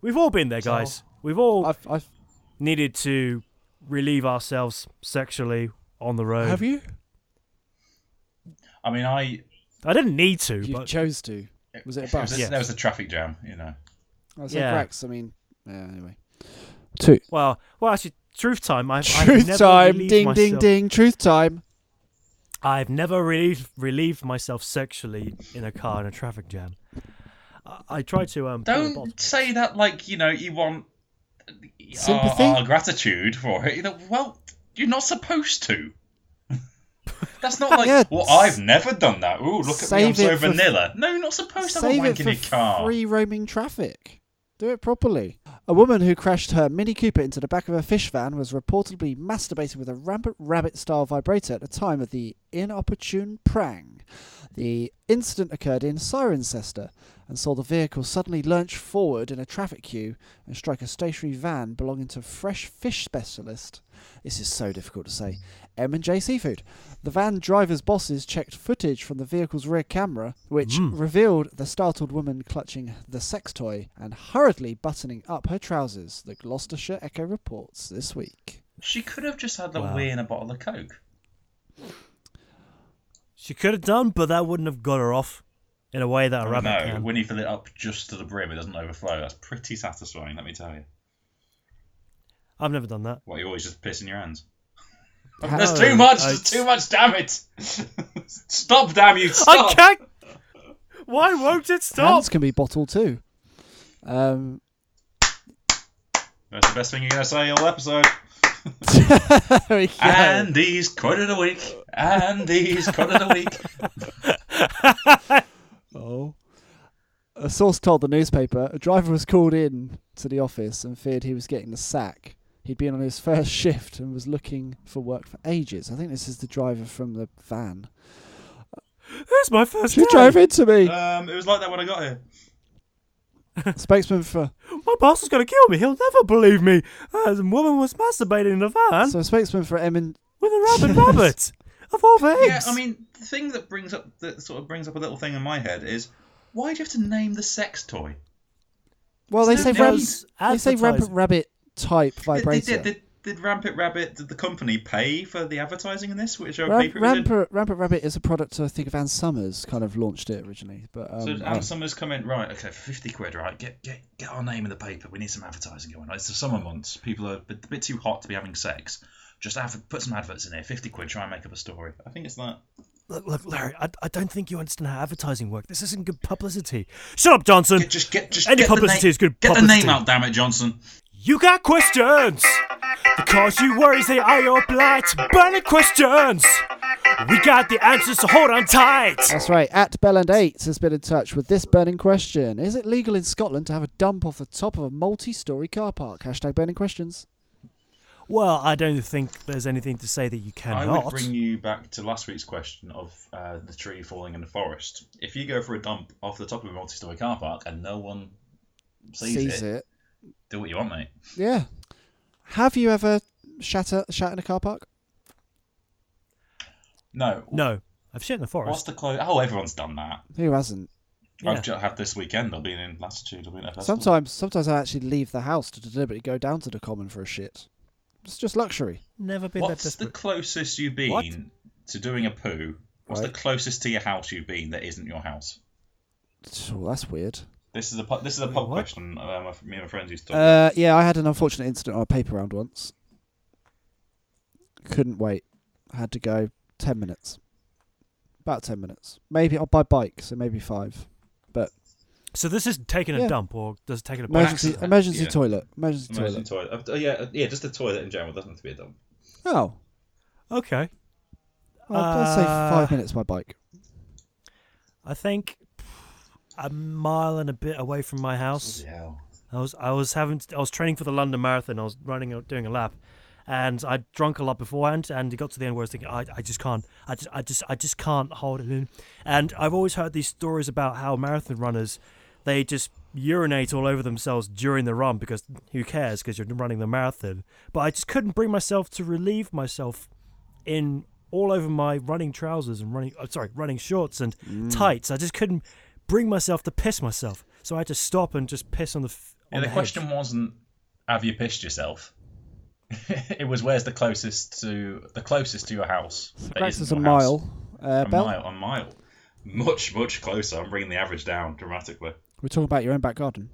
S1: we've all been there, guys. We've all
S2: I've, I've,
S1: needed to relieve ourselves sexually on the road.
S2: have you?
S3: I mean, I
S1: I didn't need to,
S2: You
S1: but
S2: chose to. Was it a
S3: It was
S2: bus?
S3: a-
S1: Yes.
S3: There was a traffic jam, you know.
S2: I
S1: Yeah.
S2: yeah. cracks. I mean, yeah, anyway. Two.
S1: well, well, actually, truth time. I've, I've
S2: Truth
S1: never
S2: time.
S1: relieved
S2: Ding, ding,
S1: myself-
S2: ding. Truth time.
S1: I've never relieved, relieved myself sexually in a car in a traffic jam. I, I tried to um. pull a bottle-
S3: Don't say that like you know you want our-
S2: Sympathy?
S3: our, gratitude for it. You know, well, you're not supposed to. [laughs] That's not like
S2: Yeah,
S3: well,
S2: s-
S3: I've never done that. Ooh, look at me, I'm
S2: save
S3: so
S2: it for-
S3: vanilla. No, you're not supposed to have Oh, a
S2: Save it
S3: wank in
S2: for
S3: your car.
S2: free roaming traffic. Do it properly. A woman who crashed her Mini Cooper into the back of a fish van was reportedly masturbating with a rampant rabbit style vibrator at the time of the inopportune prang. The incident occurred in Cirencester and saw the vehicle suddenly lurch forward in a traffic queue and strike a stationary van belonging to fresh fish specialist. This is so difficult to say. M and J Seafood. The van driver's bosses checked footage from the vehicle's rear camera, which
S1: Mm.
S2: revealed the startled woman clutching the sex toy and hurriedly buttoning up her trousers. The Gloucestershire Echo reports this week.
S3: She could have just had the
S1: Wow.
S3: wee and a bottle of coke.
S1: She could have done, but that wouldn't have got her off in a way
S2: Oh,
S1: that a rabbit
S3: no,
S1: can.
S3: when you fill it up just to the brim, it doesn't overflow. That's pretty satisfying, let me tell you.
S1: I've never done that.
S3: What, you always just pissing your hands?
S2: How-
S3: There's too much.
S1: I-
S3: There's too much. Damn it! [laughs] stop, damn you! Stop.
S1: I can't. Why won't it stop?
S2: Hands can be bottled too. Um, [laughs]
S3: That's the best thing you're gonna say all episode.
S2: there we go.
S3: Andy's quote of the week. Andy's quote of the [laughs] week.
S2: Oh. A source told the newspaper a driver was called in to the office and feared he was getting the sack. He'd been on his first shift and was looking for work for ages. I think this is the driver from the van.
S1: That's my first
S2: She
S1: day.
S2: drove into
S3: [laughs]
S2: me.
S3: Um, it was like that when I got here.
S2: Spokesman for
S1: My boss is going to kill me. He'll never believe me. Uh, the woman was masturbating in the van
S2: so spokesman for M and
S1: with a rabid rabbit. Of all things.
S3: Yeah, I mean, the thing that brings up that sort of brings up a little thing in my head is why do you have to name the sex toy?
S2: well, they
S3: It's
S2: say
S3: not
S2: ramp,
S1: news,
S2: they say rampant
S1: advertising.
S2: rabbit type
S3: They, they
S2: vibrator.
S3: did. Did, did Rampant Rabbit? Did the company pay for the advertising in this? Which
S2: Ram-
S3: Ramp,
S2: rampant, rampant rabbit is a product I think of Anne Summers kind of launched it originally, but um,
S3: So
S2: I-
S3: um, someone's come in, right? Okay, for fifty quid, right? Get get get our name in the paper. We need some advertising going. on. It's the summer months. People are a bit, a bit too hot to be having sex. Just have, put some adverts in here. Fifty quid. Try and make up a story. I think it's that.
S1: Look, look, Larry, I, I don't think you understand how advertising works. This isn't good publicity. Shut up, Johnson.
S3: Get, just get just
S1: Any
S3: get the
S1: publicity
S3: name-
S1: is good
S3: Get the
S1: publicity.
S3: name out, damn it, Johnson.
S1: You got questions! Because you worries, they are your blight. Burning questions! We got the answers, so hold on tight!
S2: That's right. At Bell and Eight has been in touch with this burning question: Is it legal in Scotland to have a dump off the top of a multi-story car park? Hashtag burning questions.
S1: Well, I don't think there's anything to say that you
S3: I
S1: cannot.
S3: would bring you back to last week's question of uh, the tree falling in the forest. If you go for a dump off the top of a multi-story car park and no one sees, it, do what you want, mate.
S2: Yeah. Have you ever shatter shat in a car park?
S3: No.
S1: No, I've shit in the
S3: What's
S1: forest.
S3: the close? Oh, everyone's done that.
S2: Who hasn't?
S1: Yeah.
S3: I've just had this weekend. I've been in Latitude. I've been at a festival.
S2: Sometimes, sometimes I actually leave the house to deliberately go down to the common for a shit. It's just luxury.
S1: Never been that
S3: What's the
S1: desperate.
S3: closest you've been
S1: What?
S3: to doing a poo? What's
S2: Right.
S3: the closest to your house you've been that isn't your house?
S2: Oh, that's weird.
S3: This is a pu- this is a
S1: what?
S3: pub question. Uh, my, me and my friends used to. talk.
S2: Uh, yeah, I had an unfortunate incident on a paper round once. Couldn't wait. I had to go ten minutes. About ten minutes. Maybe I'll buy bike, so maybe five.
S1: So this is taking a
S2: Yeah.
S1: dump, or does it take it a bath?
S2: Emergency
S3: accident,
S2: emergency
S3: yeah.
S2: toilet. Emergency,
S3: Emergency
S2: toilet.
S3: toilet. Uh, yeah, uh, yeah, just a toilet in general. Doesn't have to be a dump.
S2: Oh.
S1: Okay.
S2: Well, I'd say
S1: Uh,
S2: five minutes by bike.
S1: I think a mile and a bit away from my house.
S3: Yeah.
S1: I was I was having I was training for the London Marathon. I was running a- doing a lap, and I would drunk a lot beforehand. And it got to the end where I was thinking, I, I just can't, I just I just I just can't hold it in. And I've always heard these stories about how marathon runners, they just urinate all over themselves during the run because who cares? Because you're running the marathon. But I just couldn't bring myself to relieve myself in all over my running trousers and running oh, sorry running shorts and tights. I just couldn't bring myself to piss myself. So I had to stop and just piss on the. f-
S3: Yeah,
S1: on
S3: the
S1: hedge.
S3: question wasn't have you pissed yourself. [laughs] it was where's the closest to the closest to your house. that
S2: Max
S3: isn't
S2: is a
S3: your house?
S2: mile. Uh,
S3: A
S2: Bell,
S3: mile. A mile. Much much closer. I'm bringing the average down dramatically.
S2: we're talking about your own back garden.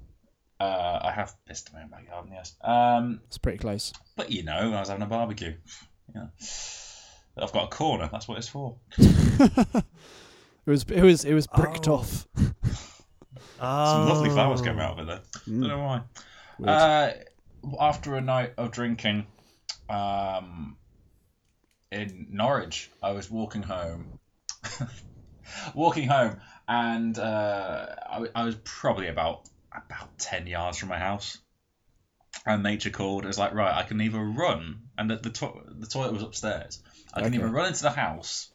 S3: Uh, I have pissed in my own backyard. Yes. Um,
S2: It's pretty close.
S3: But you know, I was having a barbecue. Yeah. I've got a corner. That's what it's for.
S2: It was it was it was bricked
S1: Oh.
S2: off.
S3: Some lovely
S1: Oh.
S3: flowers came out of it there. Don't know why.
S2: Weird.
S3: Uh, after a night of drinking, um, in Norwich, I was walking home, [laughs] walking home, and uh, I, I was probably about about ten yards from my house. And nature called. It was like, right, I can either run, and the the, to- the toilet was upstairs. I can
S2: Okay.
S3: either run into the house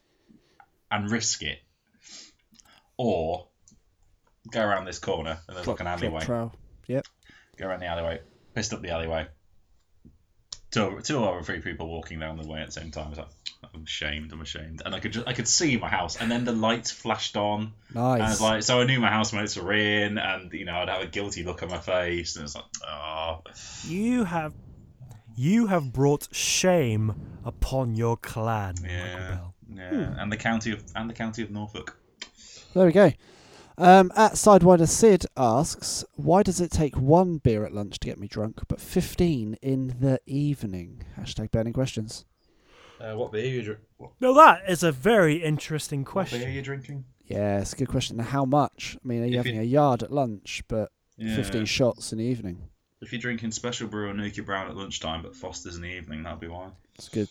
S3: and risk it, or go around this corner and there's like an alleyway.
S2: Troll. Yep.
S3: Go around the alleyway, pissed up the alleyway. Two, two or three people walking down the way at the same time. It's like, I'm ashamed. I'm ashamed, and I could just, I could see my house, and then the lights flashed on, and I
S2: Nice.
S3: was like, so I knew my housemates were in, and you know I'd have a guilty look on my face, and it's like, oh,
S1: You have you have brought shame upon your clan, Michael
S3: yeah,
S1: Bell.
S3: yeah, and the county of and the county of Norfolk.
S2: There we go. Um, at Sidewinder Sid asks, why does it take one beer at lunch to get me drunk, but 15 in the evening? Hashtag burning questions.
S3: Uh, what beer you dr- what
S1: Now that is a very interesting
S3: beer are
S1: question.
S3: you drinking?
S2: Yes, good question. Now, How much? I mean, are you
S3: If
S2: having
S3: you-
S2: a yard at lunch, but
S3: Yeah.
S2: 15 shots in the evening?
S3: If you're drinking Special Brew or Nuka Brown at lunchtime, but Foster's in the evening, that'd be why.
S2: It's good.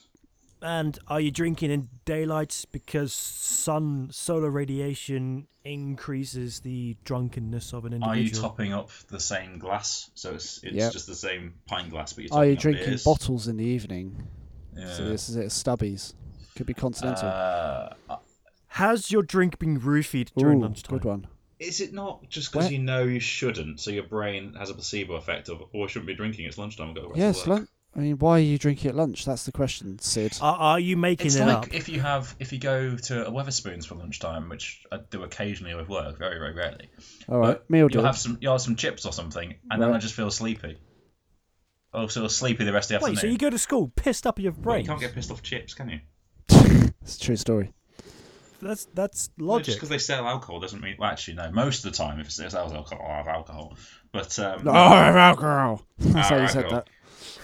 S1: And are you drinking in daylight because sun solar radiation increases the drunkenness of an
S3: Are
S1: individual?
S3: you topping up the same glass? So it's it's
S2: Yep.
S3: just the same pint glass, but you're topping
S2: Are you
S3: up
S2: drinking
S3: beers?
S2: bottles in the evening?
S3: Yeah.
S2: So this is it, Stubbies. Could be continental.
S3: Uh,
S1: Has your drink been roofied during
S2: Ooh,
S1: lunchtime?
S2: Good one.
S3: is it not just because
S2: Where-
S3: you know you shouldn't, so your brain has a placebo effect of, oh, I shouldn't be drinking, it's lunchtime, I've got to go back
S2: Yes,
S3: to work. Uh,
S2: lunch. I mean, why are you drinking at lunch? That's the question, Sid.
S1: Are, are you making
S3: It's
S1: it
S3: like
S1: up?
S3: if you have if you go to a Weatherspoons for lunchtime, which I do occasionally with work, very very rarely.
S2: All right,
S3: But
S2: meal
S3: you'll
S2: deal.
S3: have some you'll have some chips or something, and then
S2: Right.
S3: I just feel sleepy. Oh, so sleepy the rest of the
S1: Wait, so
S3: afternoon.
S1: you go to school pissed up at your
S3: Well, you
S1: brain?
S3: can't get pissed off chips, can you?
S2: It's a true story.
S1: That's that's
S3: Well, Just
S1: logic.
S3: because they sell alcohol doesn't mean. Well, actually, no. Most of the time, if it sells alcohol, I'll have alcohol. But um,
S2: Oh, alcohol. [laughs] That's how
S3: Ah,
S2: you said
S3: alcohol.
S2: that.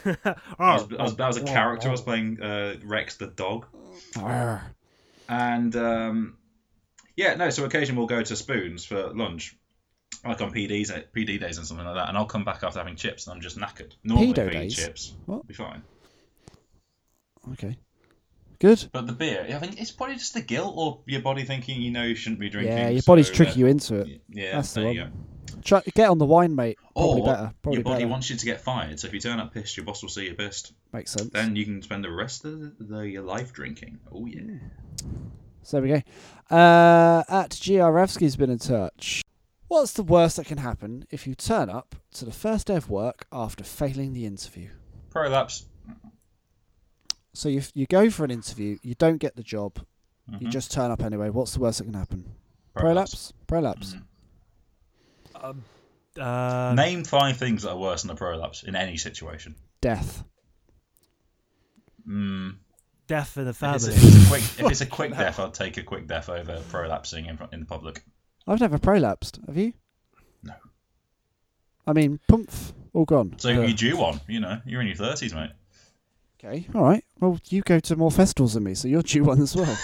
S3: I
S2: Oh.
S3: was, I was, that was a character. I was playing uh, Rex the dog,
S2: Arr.
S3: and um, yeah, no. So occasionally we'll go to Spoons for lunch, like on PDs, PD days and something like that. And I'll come back after having chips, and I'm just knackered. Normally,
S2: Pedo
S3: if I eat
S2: days?
S3: chips,
S2: What?
S3: be fine.
S2: Okay. Good.
S3: But the beer, I think it's probably just the guilt or your body thinking you know you shouldn't be drinking.
S2: yeah, your body's
S3: so,
S2: tricking you
S3: uh,
S2: into it.
S3: Yeah,
S2: That's the
S3: there you
S2: one.
S3: go.
S2: Try, get on the wine, mate. Probably
S3: or
S2: better. Probably
S3: Oh, your body
S2: better.
S3: wants you to get fired, so if you turn up pissed, your boss will see you pissed.
S2: Makes sense.
S3: Then you can spend the rest of the, your life drinking. Oh yeah.
S2: So there we go. Uh, at GRFsky's been in touch. What's the worst that can happen if you turn up to the first day of work after failing the interview?
S3: Prolapse.
S2: So you you go for an interview, you don't get the job, you
S3: Mhm.
S2: just turn up anyway. What's the worst that can happen?
S3: Prolapse. Mm-hmm.
S2: Prolapse. Prolapse.
S1: Uh,
S3: Name five things that are worse than a prolapse in any situation.
S2: Death.
S3: Mm.
S1: death in the
S3: If, it's a,
S1: family.
S3: if it's a quick,
S2: [laughs]
S3: if it's a quick death, I'll take a quick death over prolapsing in, fr- in the public.
S2: I've never prolapsed. Have you?
S3: No.
S2: I mean, pumph, all gone.
S3: So
S2: Ugh.
S3: you do one, you know, you're in your thirties, mate.
S2: Okay, all right. Well, you go to more festivals than me, so you're due one
S1: [laughs]
S2: as well.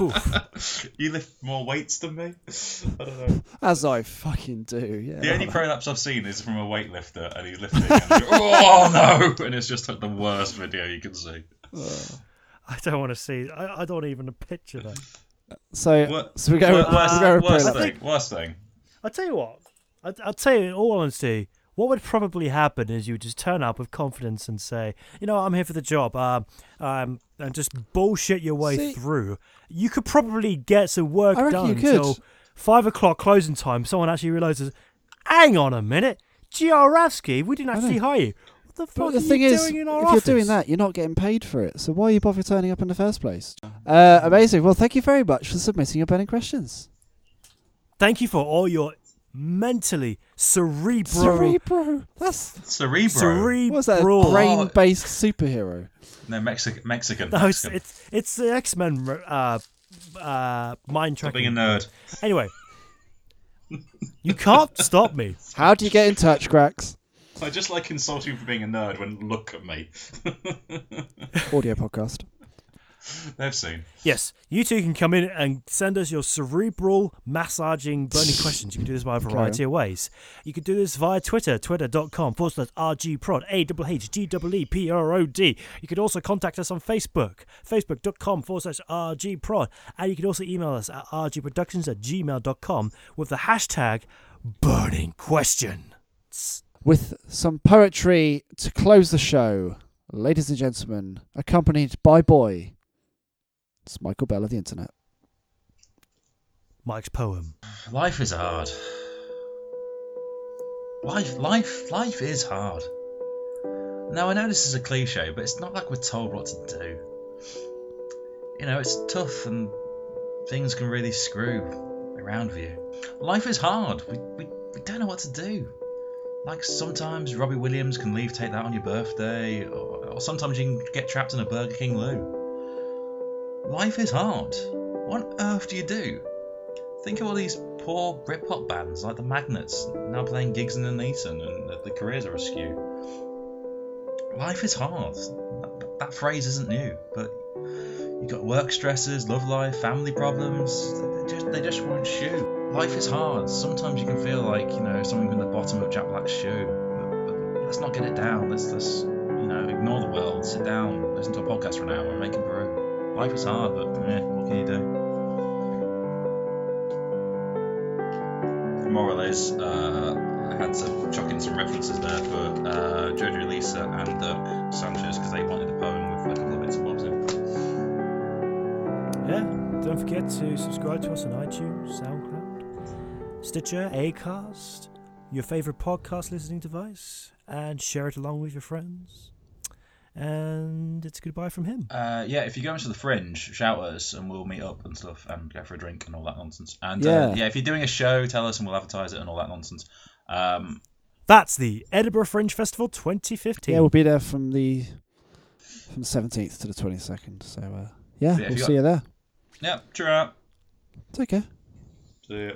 S1: Oof.
S3: You lift more weights than me. [laughs] I don't know.
S2: as I fucking do. Yeah.
S3: The only prolapse I've seen is from a weightlifter, and he's lifting. And he's, oh [laughs] no! And it's just like the worst video you can see.
S1: [laughs] I don't want to see. I, I don't even picture that.
S2: so,
S3: Wor-
S2: so we go.
S3: wor- worst,
S2: we go with
S3: worst
S2: prolapse.
S3: thing. Worst thing.
S1: I'll tell you what. I, I'll tell you in all honesty, what would probably happen is you would just turn up with confidence and say, you know, I'm here for the job, um, um, and just bullshit your way
S2: See-
S1: through. You could probably get some work
S2: I reckon
S1: done
S2: you could.
S1: until five o'clock closing time. Someone actually realizes, hang on a minute, Giarovsky, we didn't actually hire you. What the fuck
S2: But
S1: are
S2: the thing
S1: you
S2: is, if
S1: doing in our
S2: you're
S1: office?
S2: doing that, you're not getting paid for it. So why you bother turning up in the first place? Uh, amazing. Well, thank you very much for submitting your burning questions.
S1: Thank you for all your mentally cerebral,
S2: Cerebro. That's
S3: Cerebro.
S1: cerebral.
S2: what was that? A brain-based superhero.
S3: No, Mexican. Mexican.
S1: No, it's
S3: Mexican.
S1: it's, it's the X Men uh, uh, mind tracking.
S3: being a nerd.
S1: Anyway, you can't stop me.
S2: How do you get in touch, Grax?
S3: I just like insulting you for being a nerd when look at me.
S2: Audio podcast.
S3: They've seen.
S1: Yes, you two can come in and send us your cerebral massaging burning questions. You can do this by a variety of ways. You can do this via Twitter, twitter.com forward slash rgprod, E A-H-H-G-E-E-P-R-O-D. You can also contact us on Facebook, facebook.com forward slash rgprod. And you can also email us at rgproductions at gmail.com with the hashtag burning question.
S2: with some poetry to close the show. Ladies and gentlemen, accompanied by boy, it's Michael Bell of the internet.
S1: Mike's poem.
S3: Life is hard. Life, life, life is hard. Now I know this is a cliche, but it's not like we're told what to do. You know, it's tough and things can really screw around with you. Life is hard. We, we, we don't know what to do. Like sometimes Robbie Williams can leave take that on your birthday, or, or sometimes you can get trapped in a Burger King loo. Life is hard. What on earth do you do? Think of all these poor Britpop bands like the Magnets now playing gigs in Nuneaton and the, the careers are askew. Life is hard. That, that phrase isn't new, but you've got work stresses, love life, family problems. They just, they just won't shoe. Life is hard. Sometimes you can feel like, you know, something in the bottom of Jack Black's shoe. But, but let's not get it down. Let's, let's, you know, ignore the world, sit down, listen to a podcast for an hour and make it through. Life is hard, but eh, what can you do? moral is uh, I had to chuck in some references there for uh, Jojo Lisa and um, Sanchez because they wanted the poem with a couple of bits of bobs in.
S1: Yeah. Don't forget to subscribe to us on iTunes, SoundCloud, Stitcher, Acast, your favorite podcast listening device, and share it along with your friends. And it's goodbye from him.
S3: Uh, yeah, if you go into the fringe, shout at us and we'll meet up and stuff and go for a drink and all that nonsense. And yeah,
S2: Yeah.
S3: uh, yeah if you're doing a show, tell us and we'll advertise it and all that nonsense. Um,
S1: That's the Edinburgh Fringe Festival 2015.
S2: Yeah, we'll be there from the from seventeenth to the twenty second. So uh, yeah,
S3: Yeah, if
S2: we'll
S3: you
S2: see
S3: got-
S2: you there.
S3: yeah, cheer out.
S2: Take care.
S3: See ya.